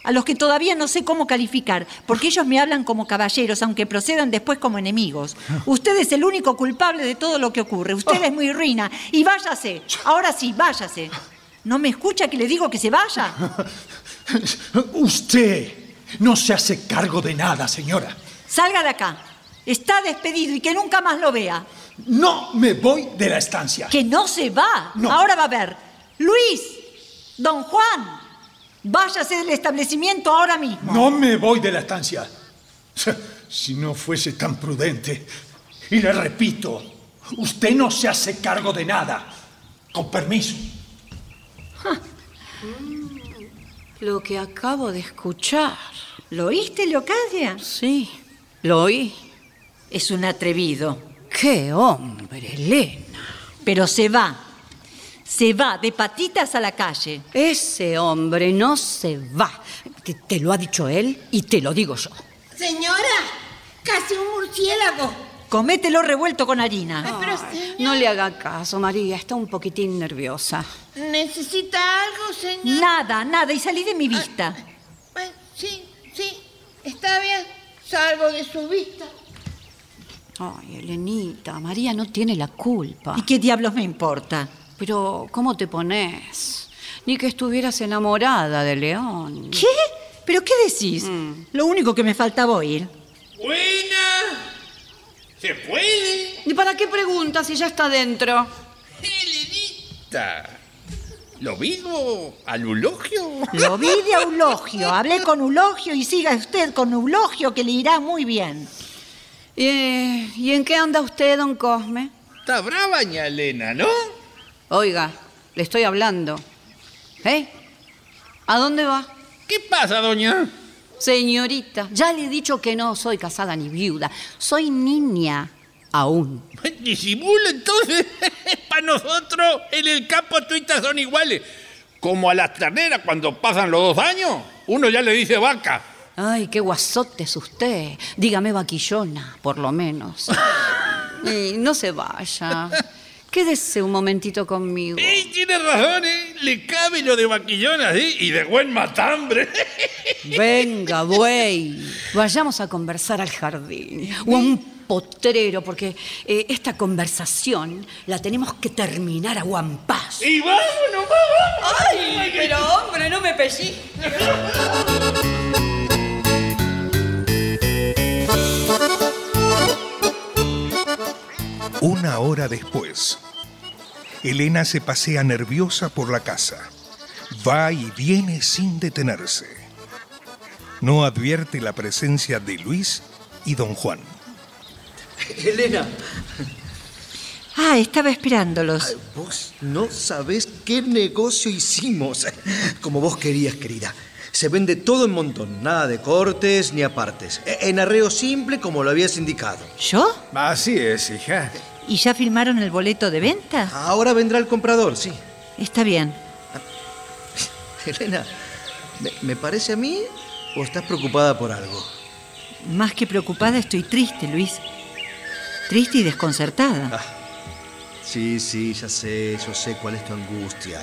J: a los que todavía no sé cómo calificar, porque ellos me hablan como caballeros, aunque procedan después como enemigos. Usted es el único culpable de todo lo que ocurre. Usted es muy ruina. Y váyase. Ahora sí, váyase. ¿No me escucha que le digo que se vaya?
I: Usted no se hace cargo de nada, señora.
J: Salga de acá. Está despedido y que nunca más lo vea.
I: No me voy de la estancia.
J: Que no se va. Ahora va a ver. Luis, don Juan, váyase del establecimiento ahora mismo.
I: No me voy de la estancia. Si no fuese tan prudente. Y le repito, usted no se hace cargo de nada. Con permiso.
F: Lo que acabo de escuchar.
J: ¿Lo oíste, Leocadia?
F: Sí, lo oí.
J: Es un atrevido.
F: ¡Qué hombre, Elena!
J: Pero se va. Se va de patitas a la calle.
F: Ese hombre no se va. Te, te lo ha dicho él y te lo digo yo.
G: Señora, casi un murciélago.
J: Comételo revuelto con harina.
G: Pero se-
F: No le haga caso, María. Está un poquitín nerviosa.
G: necesita algo, señor.
J: Nada, nada, y salí de mi vista.
G: Bueno, sí, sí, está bien. Salgo de su vista.
F: Ay, Elenita, María no tiene la culpa.
J: ¿Y qué diablos me importa?
F: Pero, ¿cómo te pones? Ni que estuvieras enamorada de León. Mm.
J: ¿Qué? ¿Pero qué decís? Lo único que me faltaba oír.
E: Buena. Se puede.
F: ¿Y para qué pregunta si ya está dentro?
E: Ta. Lo mismo al ulogio.
J: Lo vi de Eulogio, hablé con Eulogio y siga usted con Eulogio que le irá muy bien.
F: ¿Y en qué anda usted, don Cosme?
E: Está brava, ña Elena, ¿no?
F: Oiga, le estoy hablando. ¿Eh? ¿A dónde va?
E: ¿Qué pasa, doña?
Q: Señorita, ya le he dicho que no soy casada ni viuda. Soy niña aún.
E: Disimula entonces. Para nosotros en el campo tuitas son iguales. Como a las terneras cuando pasan los dos años, uno ya le dice vaca.
Q: Ay, qué guasote es usted. Dígame vaquillona, por lo menos. Y no se vaya. Quédese un momentito conmigo.
E: Y tiene razón, ¿eh? Le cabe lo de vaquillona, ¿sí? Y de buen matambre.
Q: Venga, buey. Vayamos a conversar al jardín o a un potrero, porque eh, esta conversación la tenemos que terminar a guampás.
E: ¡Y vamos, no vamos!
F: ¡Ay, pero hombre, no me pellí!
A: Una hora después, Elena se pasea nerviosa por la casa. Va y viene sin detenerse. No advierte la presencia de Luis y don Juan.
N: Elena,
J: Ah, estaba esperándolos.
N: vos no sabés qué negocio hicimos. Como vos querías, querida. Se vende todo en montón, nada de cortes ni apartes. E- En arreo simple como lo habías indicado.
J: ¿Yo?
N: Así es, hija.
J: ¿Y ya firmaron el boleto de venta?
N: Ahora vendrá el comprador, sí.
J: Está bien.
N: Elena, me, me parece a mí o estás preocupada por algo.
J: Más que preocupada estoy triste, Luis. Triste y desconcertada.
N: Ah, Sí, sí, ya sé, yo sé cuál es tu angustia.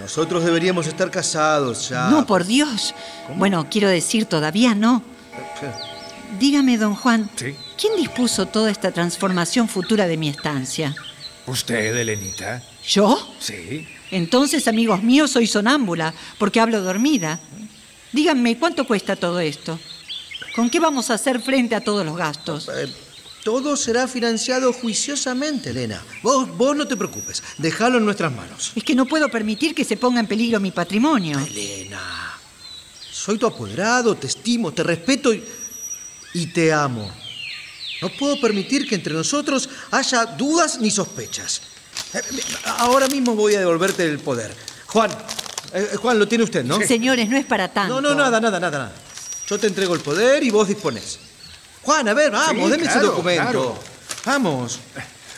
N: Nosotros deberíamos estar casados ya.
J: No, por Dios. Bueno, quiero decir, todavía no. Dígame, don Juan,
L: Sí.
J: ¿quién dispuso toda esta transformación futura de mi estancia?
L: ¿Usted, Elenita?
J: ¿Yo?
L: Sí.
J: Entonces, amigos míos, soy sonámbula, porque hablo dormida. Díganme, ¿cuánto cuesta todo esto? ¿Con qué vamos a hacer frente a todos los gastos?
N: Eh, Todo será financiado juiciosamente, Elena. Vos, vos no te preocupes, déjalo en nuestras manos.
J: Es que no puedo permitir que se ponga en peligro mi patrimonio.
N: Elena, soy tu apoderado, te estimo, te respeto y, y te amo. No puedo permitir que entre nosotros haya dudas ni sospechas. Eh, eh, Ahora mismo voy a devolverte el poder. Juan, eh, eh, Juan, lo tiene usted, ¿no?
J: Señores, no es para tanto.
N: No, no, nada, nada, nada, nada. Yo te entrego el poder y vos disponés. Juan, a ver, vamos,
L: Sí,
N: deme ese
L: claro,
N: documento.
L: claro.
N: Vamos.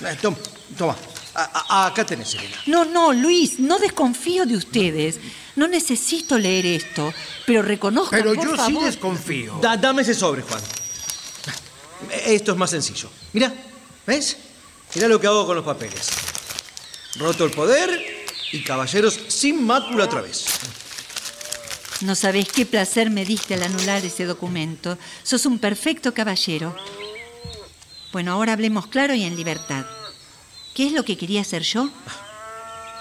N: Eh, tom- Toma, A- a- acá tenés, Elena.
J: No, no, Luis, no desconfío de ustedes. No necesito leer esto, pero reconozcan,
N: Pero
J: por
N: yo sí
J: favor.
N: desconfío. Da- dame ese sobre, Juan. Esto es más sencillo. Mira, ¿ves? Mira lo que hago con los papeles. Roto el poder y caballeros sin mácula otra vez.
J: No sabés qué placer me diste al anular ese documento. Sos un perfecto caballero. Bueno, ahora hablemos claro y en libertad. ¿Qué es lo que quería hacer yo?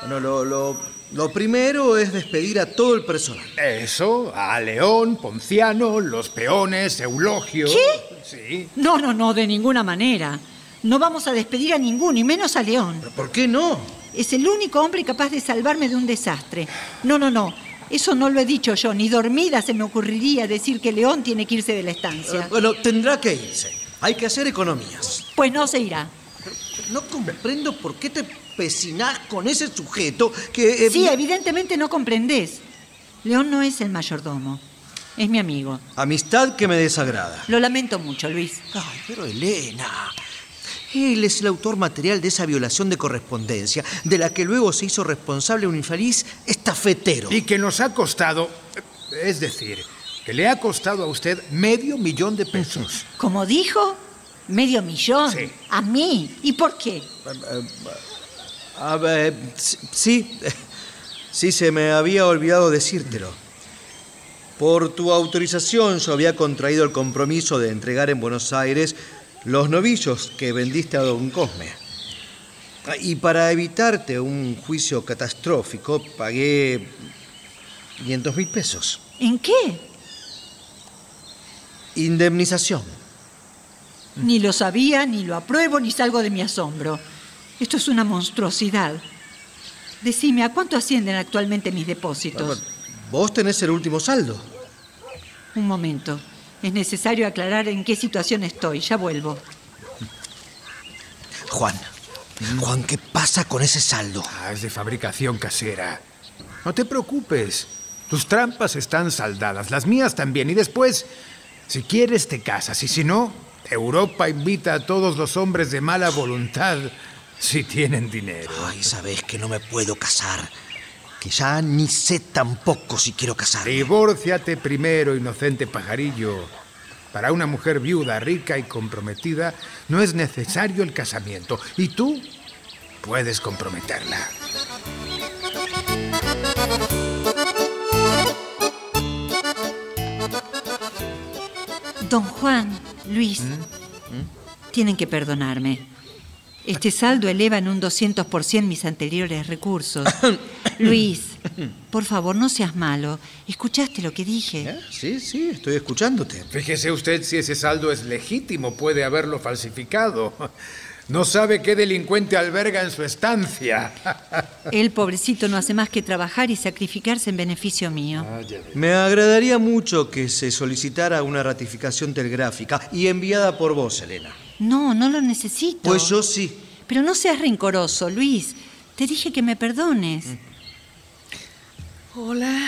N: Bueno, lo, lo- lo primero es despedir a todo el personal.
L: Eso, a León, Ponciano, los peones, Eulogio.
J: ¿Qué?
L: Sí.
J: No, no, no, de ninguna manera. No vamos a despedir a ninguno, y menos a León.
N: ¿Por qué no?
J: Es el único hombre capaz de salvarme de un desastre. No, no, no. Eso no lo he dicho yo. Ni dormida se me ocurriría decir que León tiene que irse de la
N: Eh,
J: estancia.
N: Bueno, tendrá que irse. Hay que hacer economías.
J: Pues no se irá.
N: No comprendo por qué te pecinás con ese sujeto que... eh,
J: Sí, evidentemente no comprendés. León no es el mayordomo. Es mi amigo.
N: Amistad que me desagrada.
J: Lo lamento mucho, Luis.
N: Ay, pero Elena. Él es el autor material de esa violación de correspondencia, de la que luego se hizo responsable un infeliz estafetero.
L: Y que nos ha costado, es decir, que le ha costado a usted medio millón de pesos.
J: Como dijo, medio millón.
L: Sí.
J: A mí. ¿Y por qué?
N: Eh, A ver, s- eh, sí, sí, se me había olvidado decírtelo. Por tu autorización yo había contraído el compromiso de entregar en Buenos Aires los novillos que vendiste a don Cosme. Ah, Y para evitarte un juicio catastrófico, pagué 500 mil pesos.
J: ¿En qué?
N: Indemnización.
J: Ni lo sabía, ni lo apruebo, ni salgo de mi asombro. Esto es una monstruosidad. Decime, ¿a cuánto ascienden actualmente mis
N: Ah,
J: depósitos?
N: Vos tenés el último saldo.
J: Un momento. Es necesario aclarar en qué situación estoy. Ya vuelvo.
P: Juan, Juan, ¿qué pasa con ese saldo?
L: Ah, es de fabricación casera. No te preocupes. Tus trampas están saldadas, las mías también. Y después, si quieres, te casas. Y si no, Europa invita a todos los hombres de mala voluntad si tienen dinero.
P: Ay, sabes que no me puedo casar. Que ya ni sé tampoco si quiero casar.
L: Divórciate primero, inocente pajarillo. Para una mujer viuda, rica y comprometida, no es necesario el casamiento. Y tú puedes comprometerla.
J: Don Juan, Luis, tienen que perdonarme. Este saldo eleva en un 200% mis anteriores recursos. Luis, por favor, no seas malo. ¿Escuchaste lo que dije?
N: Sí, sí, estoy escuchándote.
L: Fíjese usted si ese saldo es legítimo, puede haberlo falsificado. No sabe qué delincuente alberga en su estancia.
J: El pobrecito no hace más que trabajar y sacrificarse en beneficio mío.
N: Ah, Me agradaría mucho que se solicitara una ratificación telegráfica y enviada por vos, Elena.
J: No, no lo necesito.
N: Pues yo sí.
J: Pero no seas rencoroso, Luis. Te dije que me perdones.
M: Hola.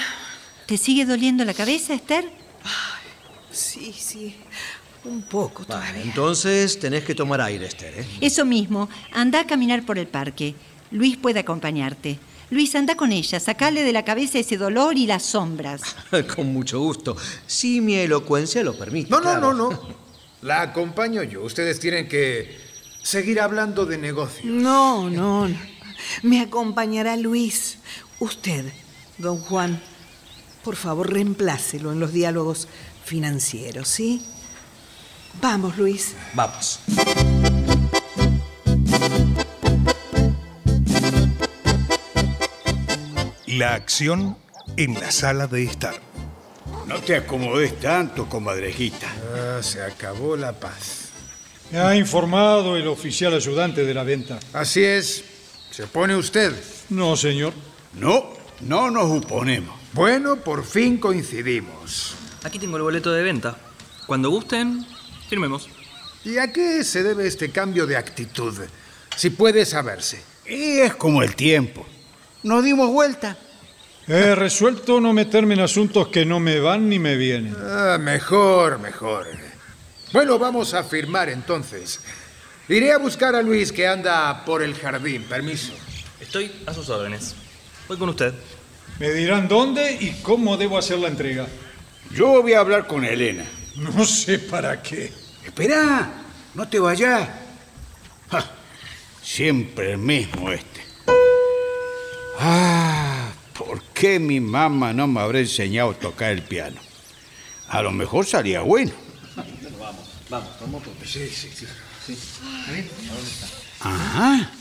J: ¿Te sigue doliendo la cabeza, Esther?
M: Sí, sí. Un poco todavía.
N: Entonces tenés que tomar aire, Esther. ¿eh?
J: Eso mismo, anda a caminar por el parque. Luis puede acompañarte. Luis, anda con ella, sacale de la cabeza ese dolor y las sombras.
N: ¿eh? Con mucho gusto. Si mi elocuencia lo permite.
L: No,
N: claro.
L: no, no, no. La acompaño yo. Ustedes tienen que seguir hablando de negocio.
M: No, no. no. Me acompañará Luis. Usted, don Juan, por favor, reemplácelo en los diálogos financieros, ¿sí? Vamos, Luis.
N: Vamos.
A: La acción en la sala de estar.
O: No te acomodes tanto, comadrejita.
L: Ah, se acabó la paz.
I: Me ha informado el oficial ayudante de la venta.
L: Así es. ¿Se pone usted?
I: No, señor.
O: No, no nos oponemos.
L: Bueno, por fin coincidimos.
R: Aquí tengo el boleto de venta. Cuando gusten, firmemos.
L: ¿Y a qué se debe este cambio de actitud? Si puede saberse.
O: Y es como el tiempo. Nos dimos vuelta.
I: He resuelto no meterme en asuntos que no me van ni me vienen.
L: Ah, mejor, mejor. Bueno, vamos a firmar entonces. Iré a buscar a Luis que anda por el jardín. Permiso.
R: Estoy a sus órdenes. Voy con usted.
I: Me dirán dónde y cómo debo hacer la entrega.
O: Yo voy a hablar con Elena.
I: No sé para qué.
O: Esperá, no te vayas. Ja, siempre el mismo este. Ah, ¿por qué mi mamá no me habrá enseñado a tocar el piano? A lo mejor salía bueno.
R: Vamos, vamos, vamos por Sí, sí, sí.
O: Ajá.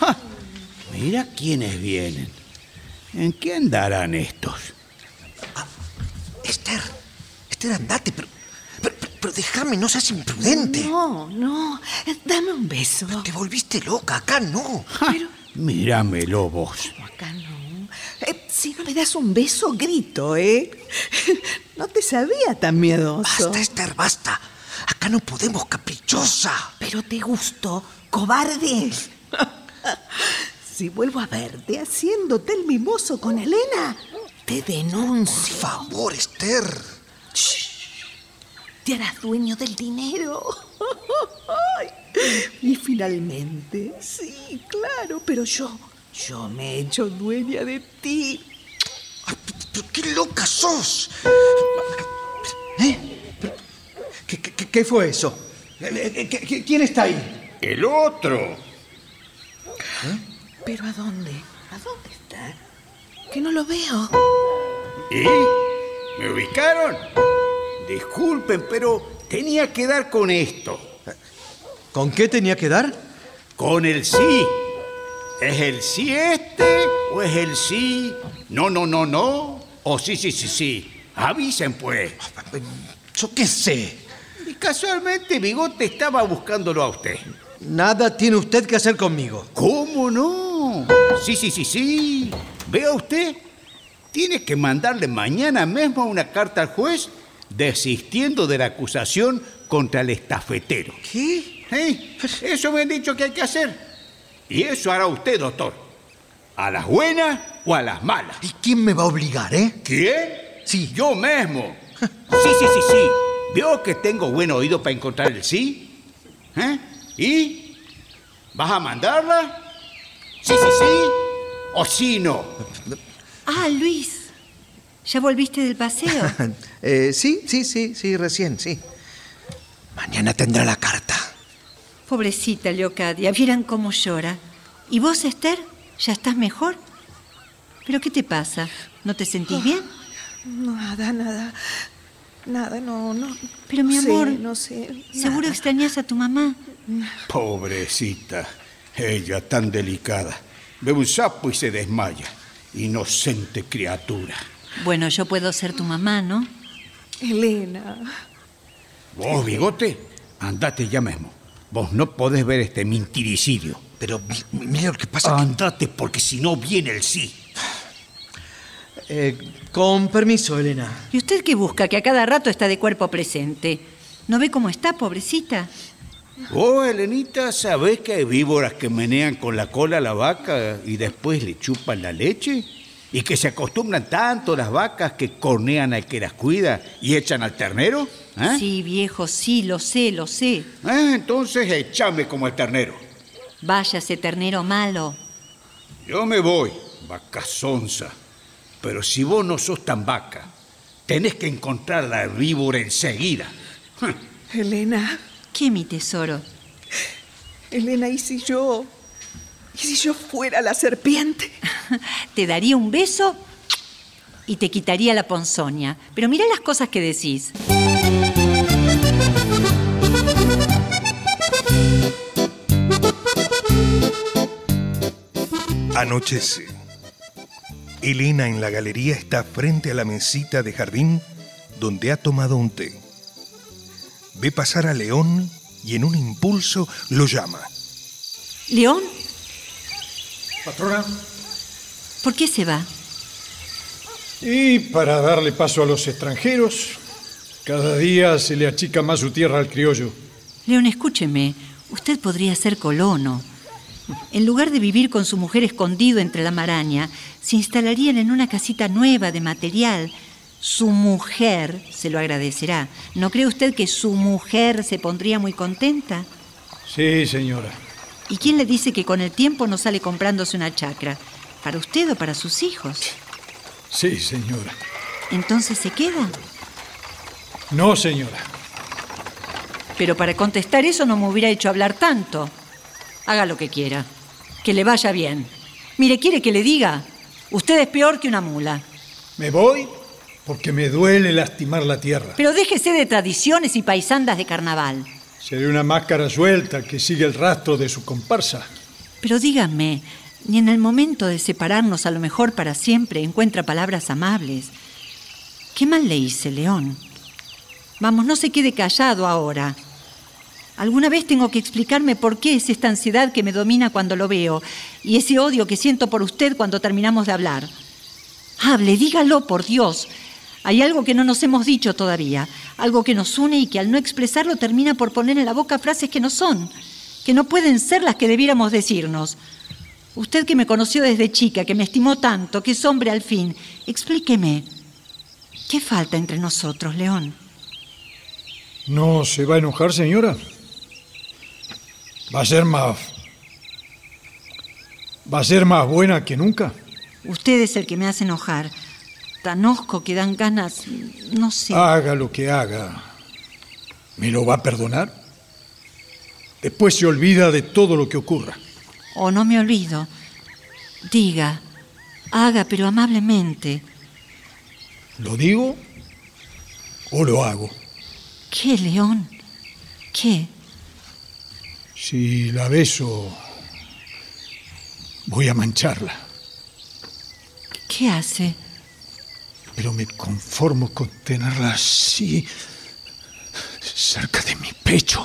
O: Ja, mira quiénes vienen. ¿En qué andarán estos?
P: Ah, Esther, Esther, andate, pero, pero, pero- pero déjame, no seas imprudente.
M: No, no. Dame un beso.
P: Te volviste loca, acá no.
O: Míramelo vos.
M: Acá no. Eh, si no me das un beso, grito, ¿eh? No te sabía tan miedoso.
P: Basta, Esther, basta. Acá no podemos, caprichosa.
M: Pero te gusto, cobarde. si vuelvo a verte haciéndote el mimoso con Elena, te denuncio.
P: Por favor, Esther.
M: Te harás dueño del dinero. Ay, y finalmente, sí, claro, pero yo, yo me he hecho dueña de ti.
P: Pero qué loca sos. ¿Eh?
N: ¿Qué, qué- qué- qué fue eso? Eh, eh, ¿qué- qué- quién está ahí?
O: El otro.
M: ¿Pero a dónde? ¿A dónde está? Que no lo veo.
O: ¿Y? ¿Me ubicaron? Disculpen, pero tenía que dar con esto.
N: ¿Con qué tenía que dar?
O: Con el sí. ¿Es el sí este o es el sí? No, no, no, Oh, no. O sí, sí, sí, sí. Avisen, pues.
P: Yo qué sé.
O: Casualmente Bigote estaba buscándolo a usted.
N: Nada tiene usted que hacer conmigo.
O: ¿Cómo no? Sí, sí, sí, sí. Vea usted, tiene que mandarle mañana mismo una carta al juez desistiendo de la acusación contra el estafetero.
N: ¿Qué?
O: ¿Eh? Eso me han dicho que hay que hacer. Y eso hará usted, doctor. ¿A las buenas o a las malas?
P: ¿Y quién me va a obligar, eh?
O: ¿Quién? Sí. Yo mismo. Sí, sí, sí, sí. Veo que tengo buen oído para encontrar el sí. ¿Eh? ¿Y? ¿Vas a mandarla? Sí, sí, sí. ¿O sí, no?
J: Ah, Luis. ¿Ya volviste del paseo?
N: Eh, sí, sí, sí, sí, recién, sí. Mañana tendrá la carta.
J: Pobrecita Leocadia, vieran cómo llora. ¿Y vos, Esther? ¿Ya estás mejor? ¿Pero qué te pasa? ¿No te sentís bien?
M: Ah, Nada, nada. Nada, no, no.
J: Pero mi
M: no sé,
J: amor,
M: no sé.
J: Seguro
M: nada.
J: extrañas a tu mamá.
O: Pobrecita. Ella tan delicada. Ve un sapo y se desmaya. Inocente criatura.
J: Bueno, yo puedo ser tu mamá, ¿no?
M: Elena.
O: Vos, bigote, andate ya mismo. Vos no podés ver este mentiricidio.
P: Pero mira lo que pasa.
O: Andate porque si no viene el sí.
N: Eh, con permiso, Elena.
J: ¿Y usted qué busca? Que a cada rato está de cuerpo presente. ¿No ve cómo está, pobrecita?
O: Vos, Elenita, ¿sabés que hay víboras que menean con la cola a la vaca y después le chupan la leche? ¿Y que se acostumbran tanto las vacas que cornean al que las cuida y echan al ternero? ¿Eh?
J: Sí, viejo, sí, lo sé, lo sé.
O: Ah, entonces echame como el ternero.
J: Váyase, ternero malo.
O: Yo me voy, vaca sonsa. Pero si vos no sos tan vaca, tenés que encontrar a la víbora enseguida.
M: Elena.
J: ¿Qué, mi tesoro?
M: Elena, ¿y si yo. ¿Y si yo fuera la serpiente?
J: Te daría un beso y te quitaría la ponzoña. Pero mira las cosas que decís.
A: Anochece. Elena en la galería está frente a la mesita de jardín donde ha tomado un té. Ve pasar a León y en un impulso lo llama.
J: ¿León?
I: Patrona.
J: ¿Por qué se va?
I: Y para darle paso a los extranjeros, cada día se le achica más su tierra al criollo.
J: León, escúcheme. Usted podría ser colono. En lugar de vivir con su mujer escondido entre la maraña, se instalarían en una casita nueva de material. Su mujer se lo agradecerá. ¿No cree usted que su mujer se pondría muy contenta?
I: Sí, señora.
J: ¿Y quién le dice que con el tiempo no sale comprándose una chacra? ¿Para usted o para sus hijos?
I: Sí, señora.
J: ¿Entonces se queda?
I: No, señora.
J: Pero para contestar eso no me hubiera hecho hablar tanto. Haga lo que quiera. Que le vaya bien. Mire, ¿quiere que le diga? Usted es peor que una mula.
I: Me voy porque me duele lastimar la tierra.
J: Pero déjese de tradiciones y paisandas de carnaval.
I: Seré una máscara suelta que sigue el rastro de su comparsa.
J: Pero dígame, ni en el momento de separarnos a lo mejor para siempre encuentra palabras amables. ¿Qué mal le hice, León? Vamos, no se quede callado ahora. Alguna vez tengo que explicarme por qué es esta ansiedad que me domina cuando lo veo y ese odio que siento por usted cuando terminamos de hablar. Hable, dígalo, por Dios. Hay algo que no nos hemos dicho todavía, algo que nos une y que al no expresarlo termina por poner en la boca frases que no son, que no pueden ser las que debiéramos decirnos. Usted que me conoció desde chica, que me estimó tanto, que es hombre al fin, explíqueme, ¿qué falta entre nosotros, León?
I: ¿No se va a enojar, señora? Va a ser más... Va a ser más buena que nunca.
J: Usted es el que me hace enojar. Tan osco que dan ganas, no sé.
I: Haga lo que haga. ¿Me lo va a perdonar? Después se olvida de todo lo que ocurra.
J: O no me olvido. Diga, haga, pero amablemente.
I: ¿Lo digo o lo hago?
J: ¿Qué, León? ¿Qué?
I: Si la beso, voy a mancharla.
J: ¿Qué hace?
I: Pero me conformo con tenerla así,
L: cerca de mi pecho.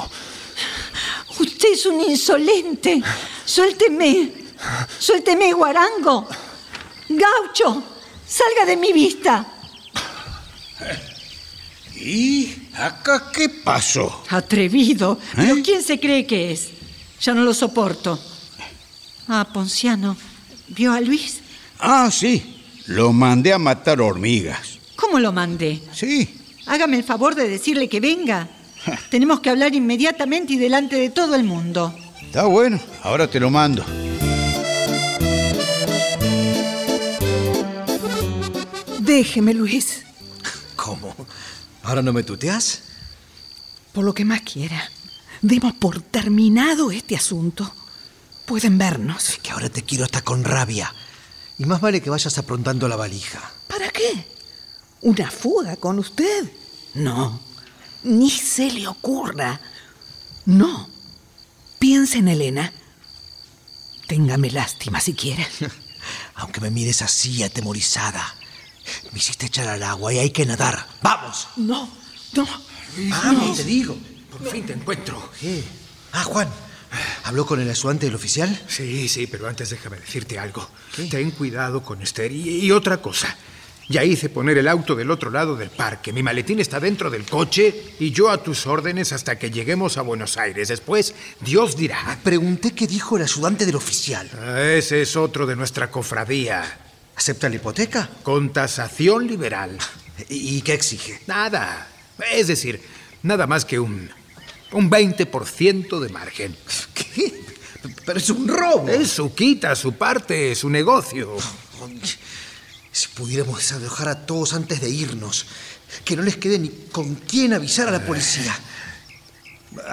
J: Usted es un insolente. Suélteme. Suélteme, guarango. Gaucho, salga de mi vista.
O: ¿Y acá qué pasó?
J: Atrevido. ¿Pero quién se cree que es? Ya no lo soporto. Ah, Ponciano. ¿Vio a Luis?
O: Ah, sí. Lo mandé a matar hormigas.
J: ¿Cómo lo mandé?
O: Sí.
J: Hágame el favor de decirle que venga. Tenemos que hablar inmediatamente y delante de todo el mundo.
O: Está bueno. Ahora te lo mando.
M: Déjeme, Luis,
N: ¿Cómo? ¿Ahora no me tuteas?
M: por lo que más quiera. Demos por terminado este asunto. Pueden vernos.
N: Que ahora te quiero hasta con rabia. Y más vale que vayas aprontando la valija.
M: ¿Para qué? ¿Una fuga con usted? No. Ni se le ocurra. No. Piensa en Elena. Téngame lástima si quiere.
N: Aunque me mires así, atemorizada. Me hiciste echar al agua y hay que nadar. ¡Vamos!
M: No, no.
L: Ah,
N: ¡Vamos, te digo!
L: Por fin te encuentro.
N: Ah, Juan. ¿Habló con el ayudante del oficial?
L: Sí, sí, pero antes déjame decirte algo. Ten cuidado con Esther. Y, y otra cosa. Ya hice poner el auto del otro lado del parque. Mi maletín está dentro del coche y yo a tus órdenes hasta que lleguemos a Buenos Aires. Después, Dios dirá.
N: Ah, Pregunté qué dijo el ayudante del oficial.
L: Ah, Ese es otro de nuestra cofradía.
N: ¿Acepta la hipoteca?
L: Con tasación liberal.
N: ¿Y qué exige?
L: Nada. Es decir, nada más que un, un 20% de margen.
N: ¿Qué? Pero es un robo.
L: Eso quita su parte, su negocio.
N: Si pudiéramos desalojar a todos antes de irnos, que no les quede ni con quién avisar a la policía.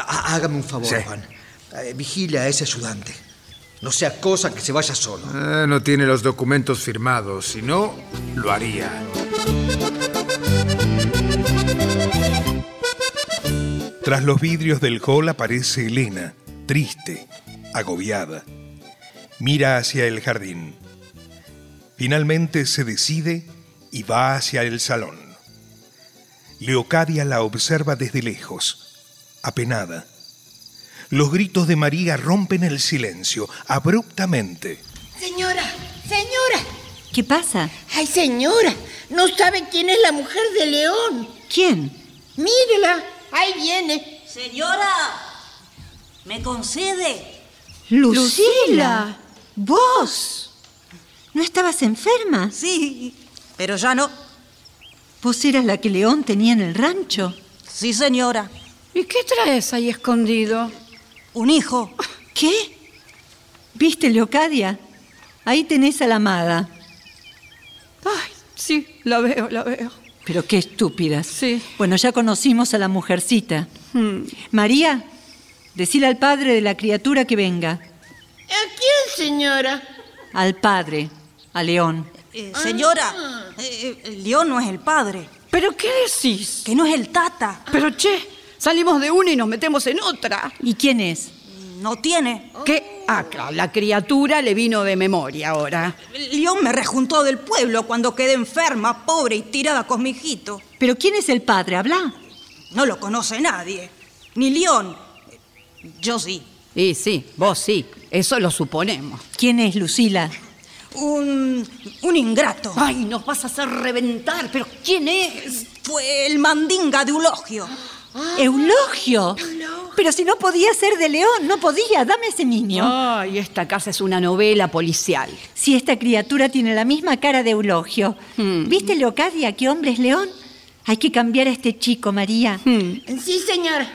N: Há- Hágame un favor,
L: Sí.
N: Juan. Eh, Vigila a ese ayudante. No sea cosa que se vaya solo.
L: Ah, no tiene los documentos firmados, si no, lo haría.
A: Tras los vidrios del hall aparece Elena, triste, agobiada. Mira hacia el jardín. Finalmente se decide y va hacia el salón. Leocadia la observa desde lejos, apenada. Los gritos de María rompen el silencio abruptamente.
G: Señora, señora.
J: ¿Qué pasa?
G: Ay, señora, no sabe quién es la mujer de León.
J: ¿Quién?
G: Mírela, ahí viene.
S: Señora, ¿me concede?
J: Lucila. ¿Vos? ¿No estabas enferma?
S: Sí, pero ya no.
J: ¿Vos eras la que León tenía en el rancho?
S: Sí, señora.
F: ¿Y qué traes ahí escondido?
S: Un hijo.
J: ¿Qué? ¿Viste, Leocadia? Ahí tenés a la amada.
F: Ay, sí, la veo, la veo.
J: Pero qué estúpidas. Sí. Bueno, ya conocimos a la mujercita.
F: Hmm.
J: María, decile al padre de la criatura que venga.
G: ¿A quién, señora?
J: Al padre, a León.
S: Eh,
F: Ah.
S: señora, eh, eh, León no es el padre.
F: ¿Pero qué decís?
S: Que no es el tata.
F: Pero che, salimos de una y nos metemos en otra.
J: ¿Y quién es?
S: No tiene.
F: ¿Qué? Acá, la criatura le vino de memoria ahora.
S: León me rejuntó del pueblo cuando quedé enferma, pobre y tirada con mi hijito.
J: ¿Pero quién es el padre? Habla.
S: No lo conoce nadie. Ni León. Yo sí.
F: Y sí, vos sí, eso lo suponemos.
J: ¿Quién es Lucila?
S: Un, un ingrato.
F: Ay, nos vas a hacer reventar, pero ¿quién es?
S: Fue el mandinga de Eulogio.
J: Eulogio. Pero si no podía ser de León, no podía. Dame ese niño.
F: Ay, esta casa es una novela policial.
J: Si esta criatura tiene la misma cara de Eulogio.
F: Mm.
J: ¿Viste, Leocadia, qué hombre es León? Hay que cambiar a este chico, María.
F: Mm.
G: Sí, señora.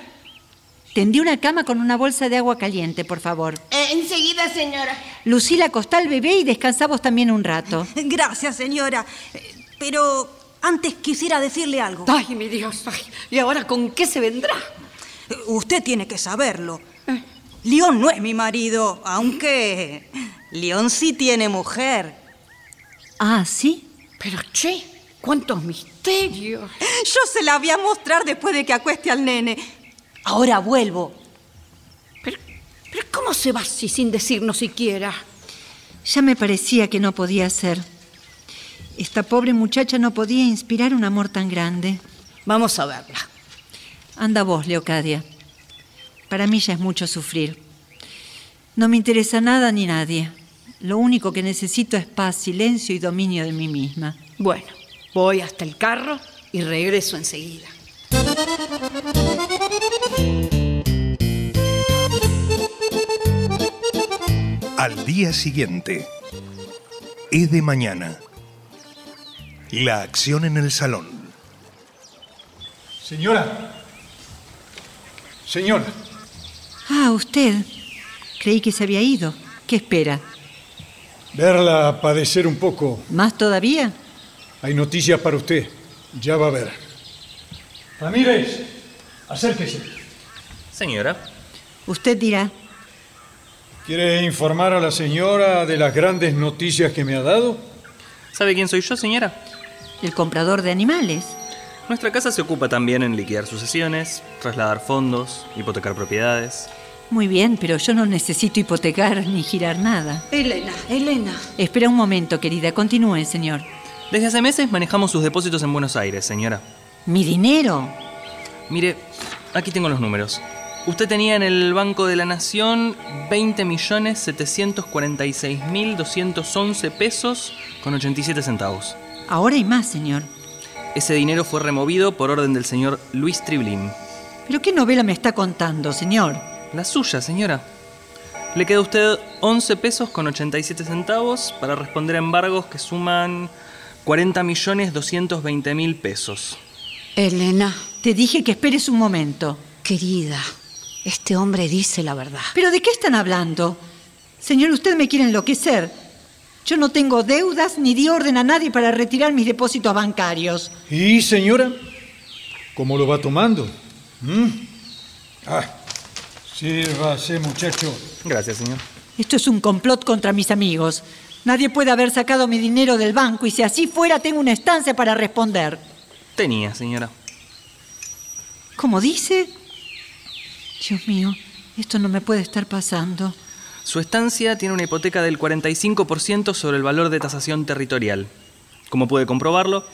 J: Tendí una cama con una bolsa de agua caliente, por favor.
G: Eh, enseguida, señora.
J: Lucila, acostá al bebé y descansá vos también un rato.
S: Gracias, señora. Eh, Pero antes quisiera decirle algo.
F: Ay, mi Dios, ay, ¿y ahora con qué se vendrá? Eh.
S: Eh, Usted tiene que saberlo. León no es mi marido, aunque León sí tiene mujer.
J: Ah, ¿sí?
F: Pero che, cuántos misterios.
S: Yo se la voy a mostrar después de que acueste al nene. Ahora vuelvo.
F: Pero ¿cómo se va así sin decirnos siquiera?
J: Ya me parecía que no podía ser. Esta pobre muchacha no podía inspirar un amor tan grande.
F: Vamos a verla.
J: Anda vos, Leocadia. Para mí ya es mucho sufrir. No me interesa nada ni nadie. Lo único que necesito es paz, silencio y dominio de mí misma.
Q: Bueno, voy hasta el carro y regreso enseguida.
A: Al día siguiente. Es de mañana. La acción en el salón.
I: Señora. Señora.
J: Ah, usted. Creí que se había ido. ¿Qué espera?
I: Verla padecer un poco.
J: ¿Más todavía?
I: Hay noticias para usted. Ya va a ver. Ramírez, acérquese.
R: Señora.
J: Usted dirá.
I: ¿Quiere informar a la señora de las grandes noticias que me ha dado?
R: ¿Sabe quién soy yo, señora?
J: El comprador de animales.
R: Nuestra casa se ocupa también en liquidar sucesiones, trasladar fondos, hipotecar propiedades.
J: Muy bien, pero yo no necesito hipotecar ni girar nada.
Q: Elena, Elena.
J: Espera un momento, querida. Continúe, señor.
R: Desde hace meses manejamos sus depósitos en Buenos Aires, señora.
J: ¿Mi dinero?
R: Mire, aquí tengo los números. Usted tenía en el Banco de la Nación 20.746.211 pesos con 87 centavos.
J: Ahora hay más, señor.
R: Ese dinero fue removido por orden del señor Luis Triblin.
J: ¿Pero qué novela me está contando, señor?
R: La suya, señora. Le queda a usted 11 pesos con 87 centavos para responder a embargos que suman 40.220.000 pesos.
Q: Elena.
J: Te dije que esperes un momento.
Q: Querida, este hombre dice la verdad.
J: ¿Pero de qué están hablando? Señor, usted me quiere enloquecer. Yo no tengo deudas ni di orden a nadie para retirar mis depósitos bancarios.
I: ¿Y, señora? ¿Cómo lo va tomando? ¿Mm? Ah, sírvase, muchacho.
R: Gracias, señor.
J: Esto es un complot contra mis amigos. Nadie puede haber sacado mi dinero del banco y si así fuera tengo una estancia para responder.
R: Tenía, señora.
J: ¿Cómo dice? Dios mío, esto no me puede estar pasando.
R: Su estancia tiene una hipoteca del 45% sobre el valor de tasación territorial. Como puede comprobarlo,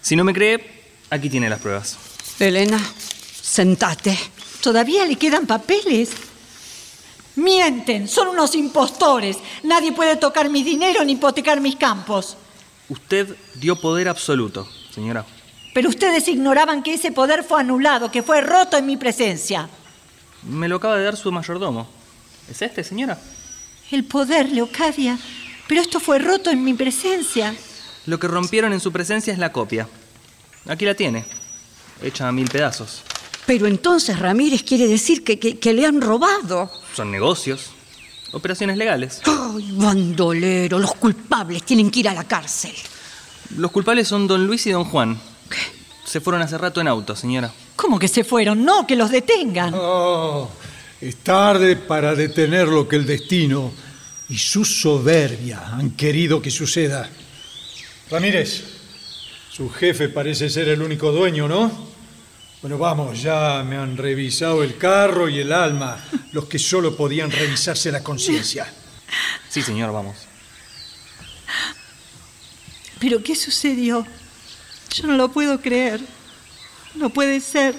R: si no me cree, aquí tiene las pruebas.
Q: Elena, sentate.
J: ¿Todavía le quedan papeles? Mienten, son unos impostores. Nadie puede tocar mi dinero ni hipotecar mis campos.
R: Usted dio poder absoluto, señora.
J: Pero ustedes ignoraban que ese poder fue anulado, que fue roto en mi presencia.
R: Me lo acaba de dar su mayordomo. ¿Es este, señora?
J: El poder, Leocadia. Pero esto fue roto en mi presencia.
R: Lo que rompieron en su presencia es la copia. Aquí la tiene, hecha a mil pedazos.
Q: Pero entonces Ramírez quiere decir que, que- que le han robado.
R: Son negocios, operaciones legales.
Q: ¡Ay, bandolero! Los culpables tienen que ir a la cárcel.
R: Los culpables son don Luis y don Juan. Se fueron hace rato en auto, señora.
J: ¿Cómo que se fueron? No, que los detengan.
I: Oh, es tarde para detener lo que el destino y su soberbia han querido que suceda. Ramírez, su jefe parece ser el único dueño, ¿no? Bueno, vamos, ya me han revisado el carro y el alma, los que solo podían revisarse la conciencia.
R: Sí, señor, vamos.
J: ¿Pero qué sucedió? Yo no lo puedo creer. No puede ser.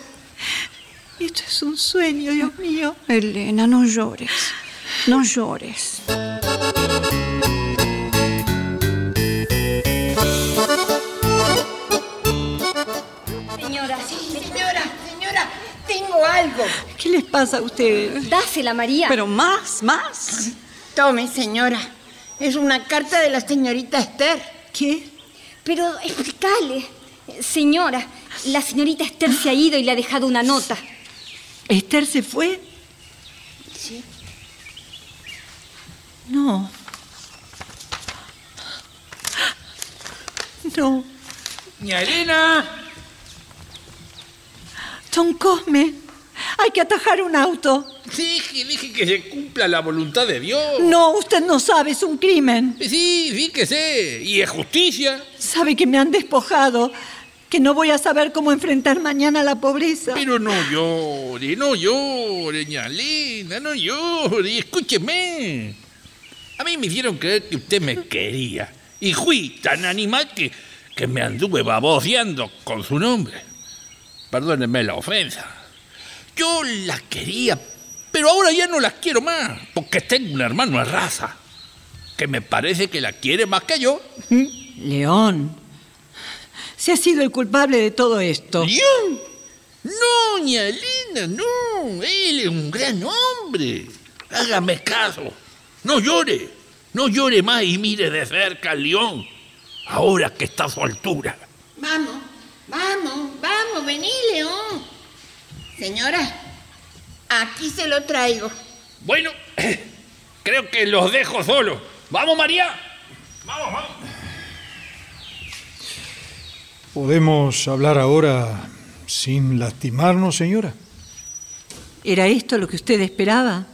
J: Esto es un sueño, Dios mío.
Q: Elena, no llores. No llores.
G: Señora, señora, señora, tengo algo.
J: ¿Qué les pasa a ustedes?
G: Dásela, María.
J: Pero más, más.
G: Tome, señora. Es una carta de la señorita Esther.
J: ¿Qué?
H: Pero explícale. Señora, la señorita Esther se ha ido y le ha dejado una nota.
J: ¿Esther se fue?
H: Sí.
J: No. No.
E: ¡Ña Elena!
J: Don Cosme, hay que atajar un auto.
E: Dije, dije que se cumpla la voluntad de Dios.
J: No, usted no sabe, es un crimen.
E: Sí, fíjese. Y es justicia.
J: Sabe que me han despojado, que no voy a saber cómo enfrentar mañana la pobreza.
E: Pero no llore, no llore, Ña Elena, no llore. Escúcheme. A mí me hicieron creer que usted me quería. Y fui tan animal que, que me anduve baboseando con su nombre. Perdónenme la ofensa. Yo las quería, pero ahora ya no las quiero más, porque tengo un hermano de raza, que me parece que la quiere más que yo.
J: León, se ha sido el culpable de todo esto.
E: ¿León? No, ña Elena, no, él es un gran hombre. Hágame caso, no llore, no llore más y mire de cerca al león, ahora que está a su altura.
G: Vamos, vamos, vamos, vení, León. Señora, aquí se lo traigo.
E: Bueno, creo que los dejo solos. Vamos, María. Vamos, vamos.
I: ¿Podemos hablar ahora sin lastimarnos, señora?
J: ¿Era esto lo que usted esperaba?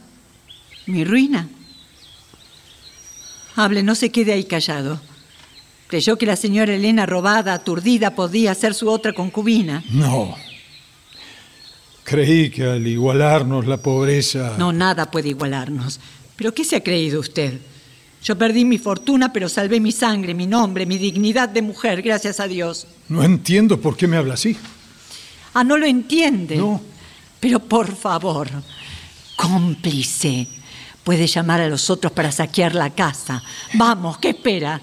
J: ¿Mi ruina? Hable, no se quede ahí callado. Creyó que la señora Elena robada, aturdida, podía ser su otra concubina.
I: No. Creí que al igualarnos la pobreza...
J: No, nada puede igualarnos. ¿Pero qué se ha creído usted? Yo perdí mi fortuna, pero salvé mi sangre, mi nombre, mi dignidad de mujer, gracias a Dios.
I: No entiendo por qué me habla así.
J: Ah, no lo entiende. No. Pero por favor, cómplice. Puede llamar a los otros para saquear la casa. Vamos, ¿qué espera?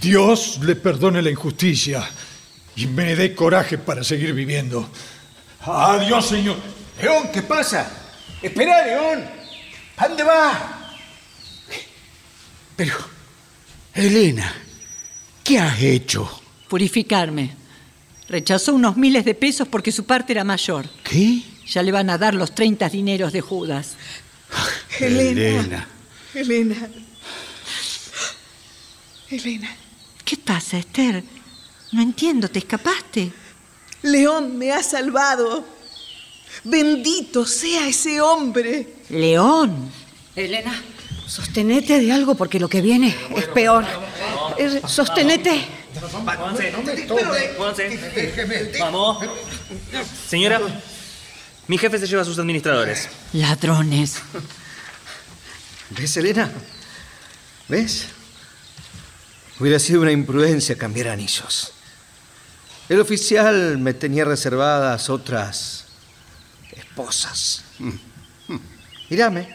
I: Dios le perdone la injusticia y me dé coraje para seguir viviendo. Adiós, señor.
O: León, ¿qué pasa? Espera, León. ¿A dónde va?
L: Pero, Elena, ¿qué has hecho?
J: Purificarme. Rechazó unos miles de pesos porque su parte era mayor.
L: ¿Qué?
J: Ya le van a dar los 30 dineros de Judas.
M: Elena. Elena. Elena.
J: ¿Qué pasa, Esther? No entiendo, ¿te escapaste?
M: León me ha salvado. Bendito sea ese hombre.
J: León.
Q: Elena, sostenete de algo porque lo que viene es peor. Eh, Sostenete.
R: Pónganse, pónganse. Vamos. Señora, mi jefe se lleva a sus administradores.
J: Ladrones.
N: ¿Ves, Elena? ¿Ves? Hubiera sido una imprudencia cambiar anillos. El oficial me tenía reservadas otras esposas. Mírame.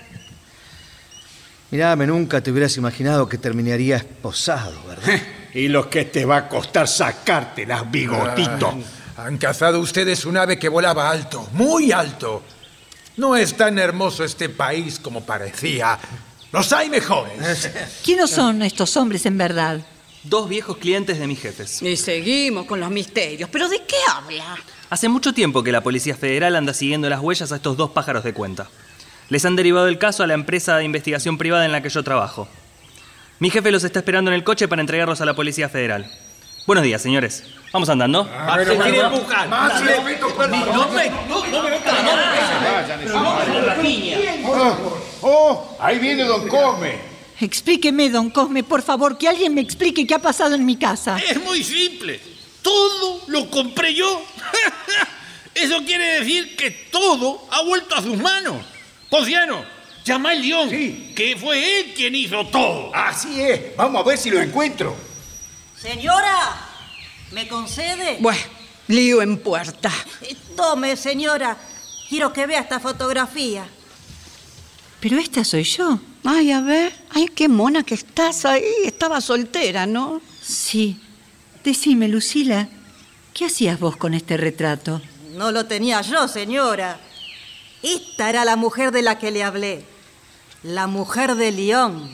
N: Mírame, nunca te hubieras imaginado que terminaría esposado, ¿verdad?
O: Y lo que te va a costar sacártelas, bigotito.
L: Han cazado ustedes un ave que volaba alto, muy alto. No es tan hermoso este país como parecía. Los hay mejores.
J: ¿Quiénes son estos hombres en verdad?
R: Dos viejos clientes de mis jefes.
S: Y seguimos con los misterios. ¿Pero de qué habla?
R: Hace mucho tiempo que la Policía Federal anda siguiendo las huellas a estos dos pájaros de cuenta. Les han derivado el caso a la empresa de investigación privada en la que yo trabajo. Mi jefe los está esperando en el coche para entregarlos a la Policía Federal. Buenos días, señores. Vamos andando.
L: Ah,
O: Se quiere empujar.
L: Más
O: Dale,
L: lento,
O: no me-
L: no, me Ah.
O: Ah, ¡Oh! Ahí viene Don Come.
J: Explíqueme, don Cosme, por favor, que alguien me explique qué ha pasado en mi casa.
E: Es muy simple. Eh, Todo lo compré yo. Eso quiere decir que todo ha vuelto a sus manos. Ponciano, llama al león, que fue él quien hizo todo.
O: Así es. Eh, Vamos a ver si lo encuentro.
S: Señora, ¿me concede?
Q: Bueno, lío en puerta.
S: Eh, Tome, señora. Quiero que vea esta fotografía.
J: Pero esta soy yo.
F: Ay, a ver. Ay, qué mona que estás ahí. Estaba soltera, ¿no?
J: Sí. Decime, Lucila, ¿qué hacías vos con este retrato?
S: No lo tenía yo, señora. Esta era la mujer de la que le hablé. La mujer de León.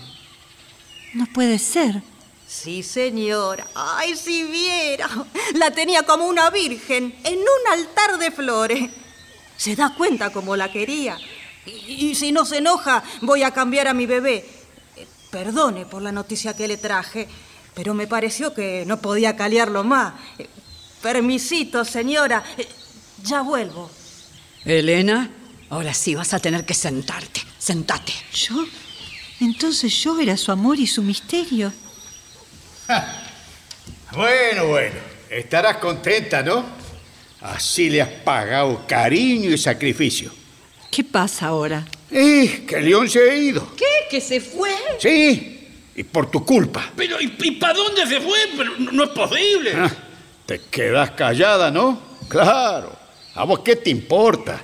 J: No puede ser.
S: Sí, señora. Ay, si viera. La tenía como una virgen en un altar de flores. Se da cuenta como la quería. Y, y si no se enoja, voy a cambiar a mi bebé. Eh, Perdone por la noticia que le traje, pero me pareció que no podía calearlo más. Eh, Permisito, señora. Eh, Ya vuelvo.
Q: Elena, ahora sí vas a tener que sentarte. Sentate.
J: ¿Yo? Entonces yo era su amor y su misterio.
O: Bueno, bueno. Estarás contenta, ¿no? Así le has pagado cariño y sacrificio.
J: ¿Qué pasa ahora?
O: ¡Eh! Que León se ha ido.
S: ¿Qué? ¿Que se fue?
O: Sí. Y por tu culpa.
E: Pero, ¿y, para dónde se fue? Pero no, no es posible.
O: Te quedas callada, ¿no? Claro. ¿A vos qué te importa?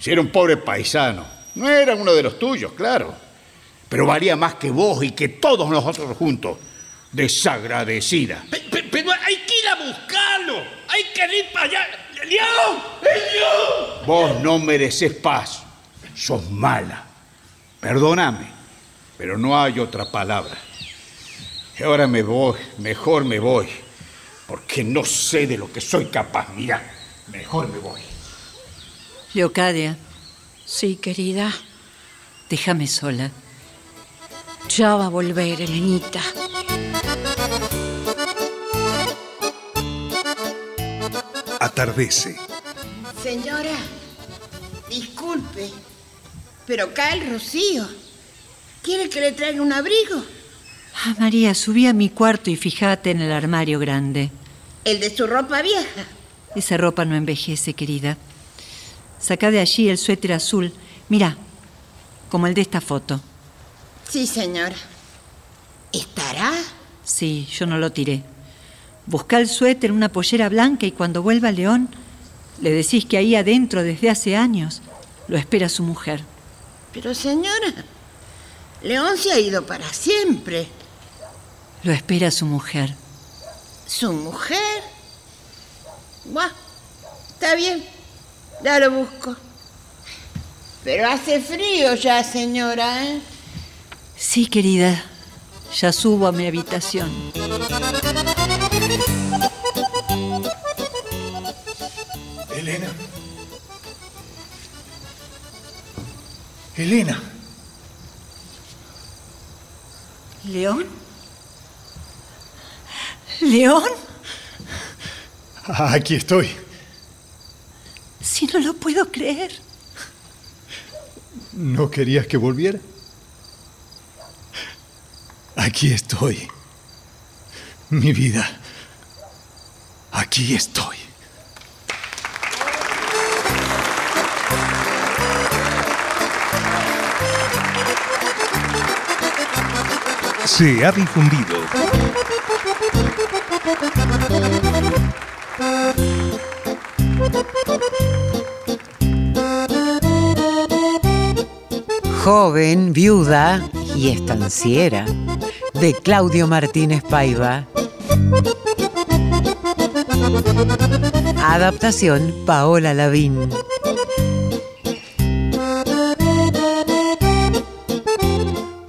O: Si era un pobre paisano. No era uno de los tuyos, claro. Pero valía más que vos y que todos nosotros juntos. Desagradecida.
E: Pe- Pero hay que ir a buscarlo. Hay que ir para allá. ¡León! ¡Es León!
O: Vos no mereces paz. Sos mala. Perdóname, pero no hay otra palabra. Y ahora me voy, mejor me voy, porque no sé de lo que soy capaz. Mira, mejor me voy.
J: Leocadia,
Q: Sí, querida.
J: déjame sola.
Q: Ya va a volver, Helenita.
A: Atardece.
G: Señora, disculpe, pero cae el rocío. ¿Quiere que le traiga un abrigo?
J: Ah, María, subí a mi cuarto y fíjate en el armario grande.
G: El de su ropa vieja.
J: Esa ropa no envejece, querida. Saca de allí el suéter azul. Mira, como el de esta foto.
G: Sí, señora. ¿Estará?
J: Sí, yo no lo tiré. Busca el suéter, una pollera blanca y cuando vuelva León, le decís que ahí adentro, desde hace años, lo espera su mujer.
G: Pero, señora, León se ha ido para siempre.
J: Lo espera su mujer.
G: ¿Su mujer? Buah, está bien. Ya lo busco. Pero hace frío ya, señora, ¿eh?
J: Sí, querida, ya subo a mi habitación.
I: Elena. Elena.
J: ¿León? ¿León?
I: Ah, Aquí estoy.
J: Si no lo puedo creer.
I: ¿No querías que volviera? Aquí estoy. Mi vida. Aquí estoy.
A: Se ha difundido
B: Joven, viuda y estanciera de Claudio Martínez Paiva. Adaptación Paola Lavín.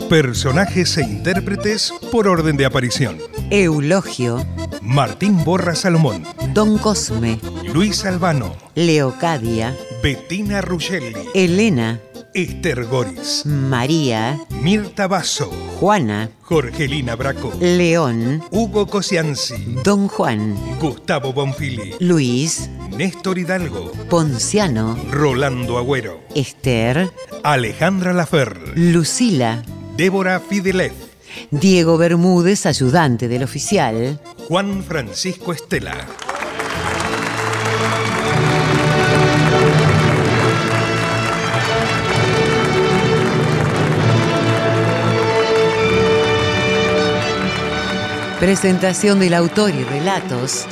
A: personajes e intérpretes por orden de aparición.
B: Eulogio.
A: Martín Borra Salomón.
B: Don Cosme.
A: Luis Albano.
B: Leocadia.
A: Bettina Rugelli.
B: Elena.
A: Esther Goris.
B: María.
A: Mirta Basso.
B: Juana.
A: Jorgelina Braco.
B: León.
A: Hugo Cosianzi.
B: Don Juan.
A: Gustavo Bonfili.
B: Luis.
A: Néstor Hidalgo.
B: Ponciano.
A: Rolando Agüero.
B: Esther.
A: Alejandra Lafer.
B: Lucila.
A: Débora Fidelez.
B: Diego Bermúdez, ayudante del oficial.
A: Juan Francisco Estela.
B: Presentación del autor y relatos,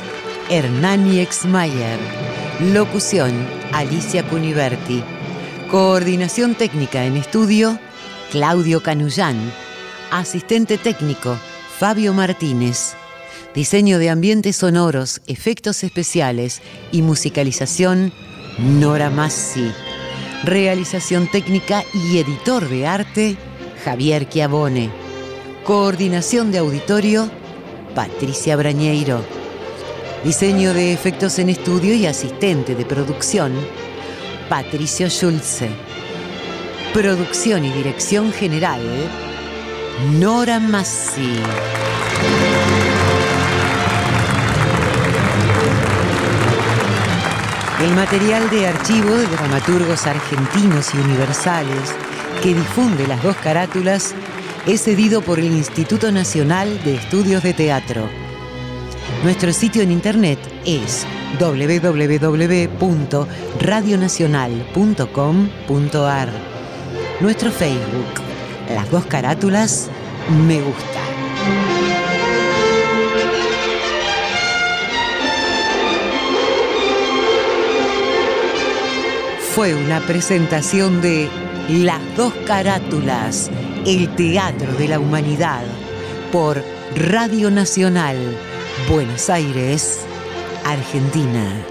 B: Hernán Exmayer. Locución, Alicia Cuniverti. Coordinación técnica en estudio, Claudio Canullán. Asistente técnico, Fabio Martínez. Diseño de ambientes sonoros, efectos especiales y musicalización, Nora Massi. Realización técnica y editor de arte, Javier Chiavone. Coordinación de auditorio, Patricia Brañeiro. Diseño de efectos en estudio y asistente de producción, Patricio Schulze. Producción y dirección general, Nora Massi. El material de archivo de dramaturgos argentinos y universales que difunde las dos carátulas es cedido por el Instituto Nacional de Estudios de Teatro. Nuestro sitio en internet es www.radionacional.com.ar. Nuestro Facebook, las dos carátulas, me gusta. fue una presentación de Las dos carátulas, el teatro de la humanidad, por Radio Nacional, Buenos Aires, Argentina.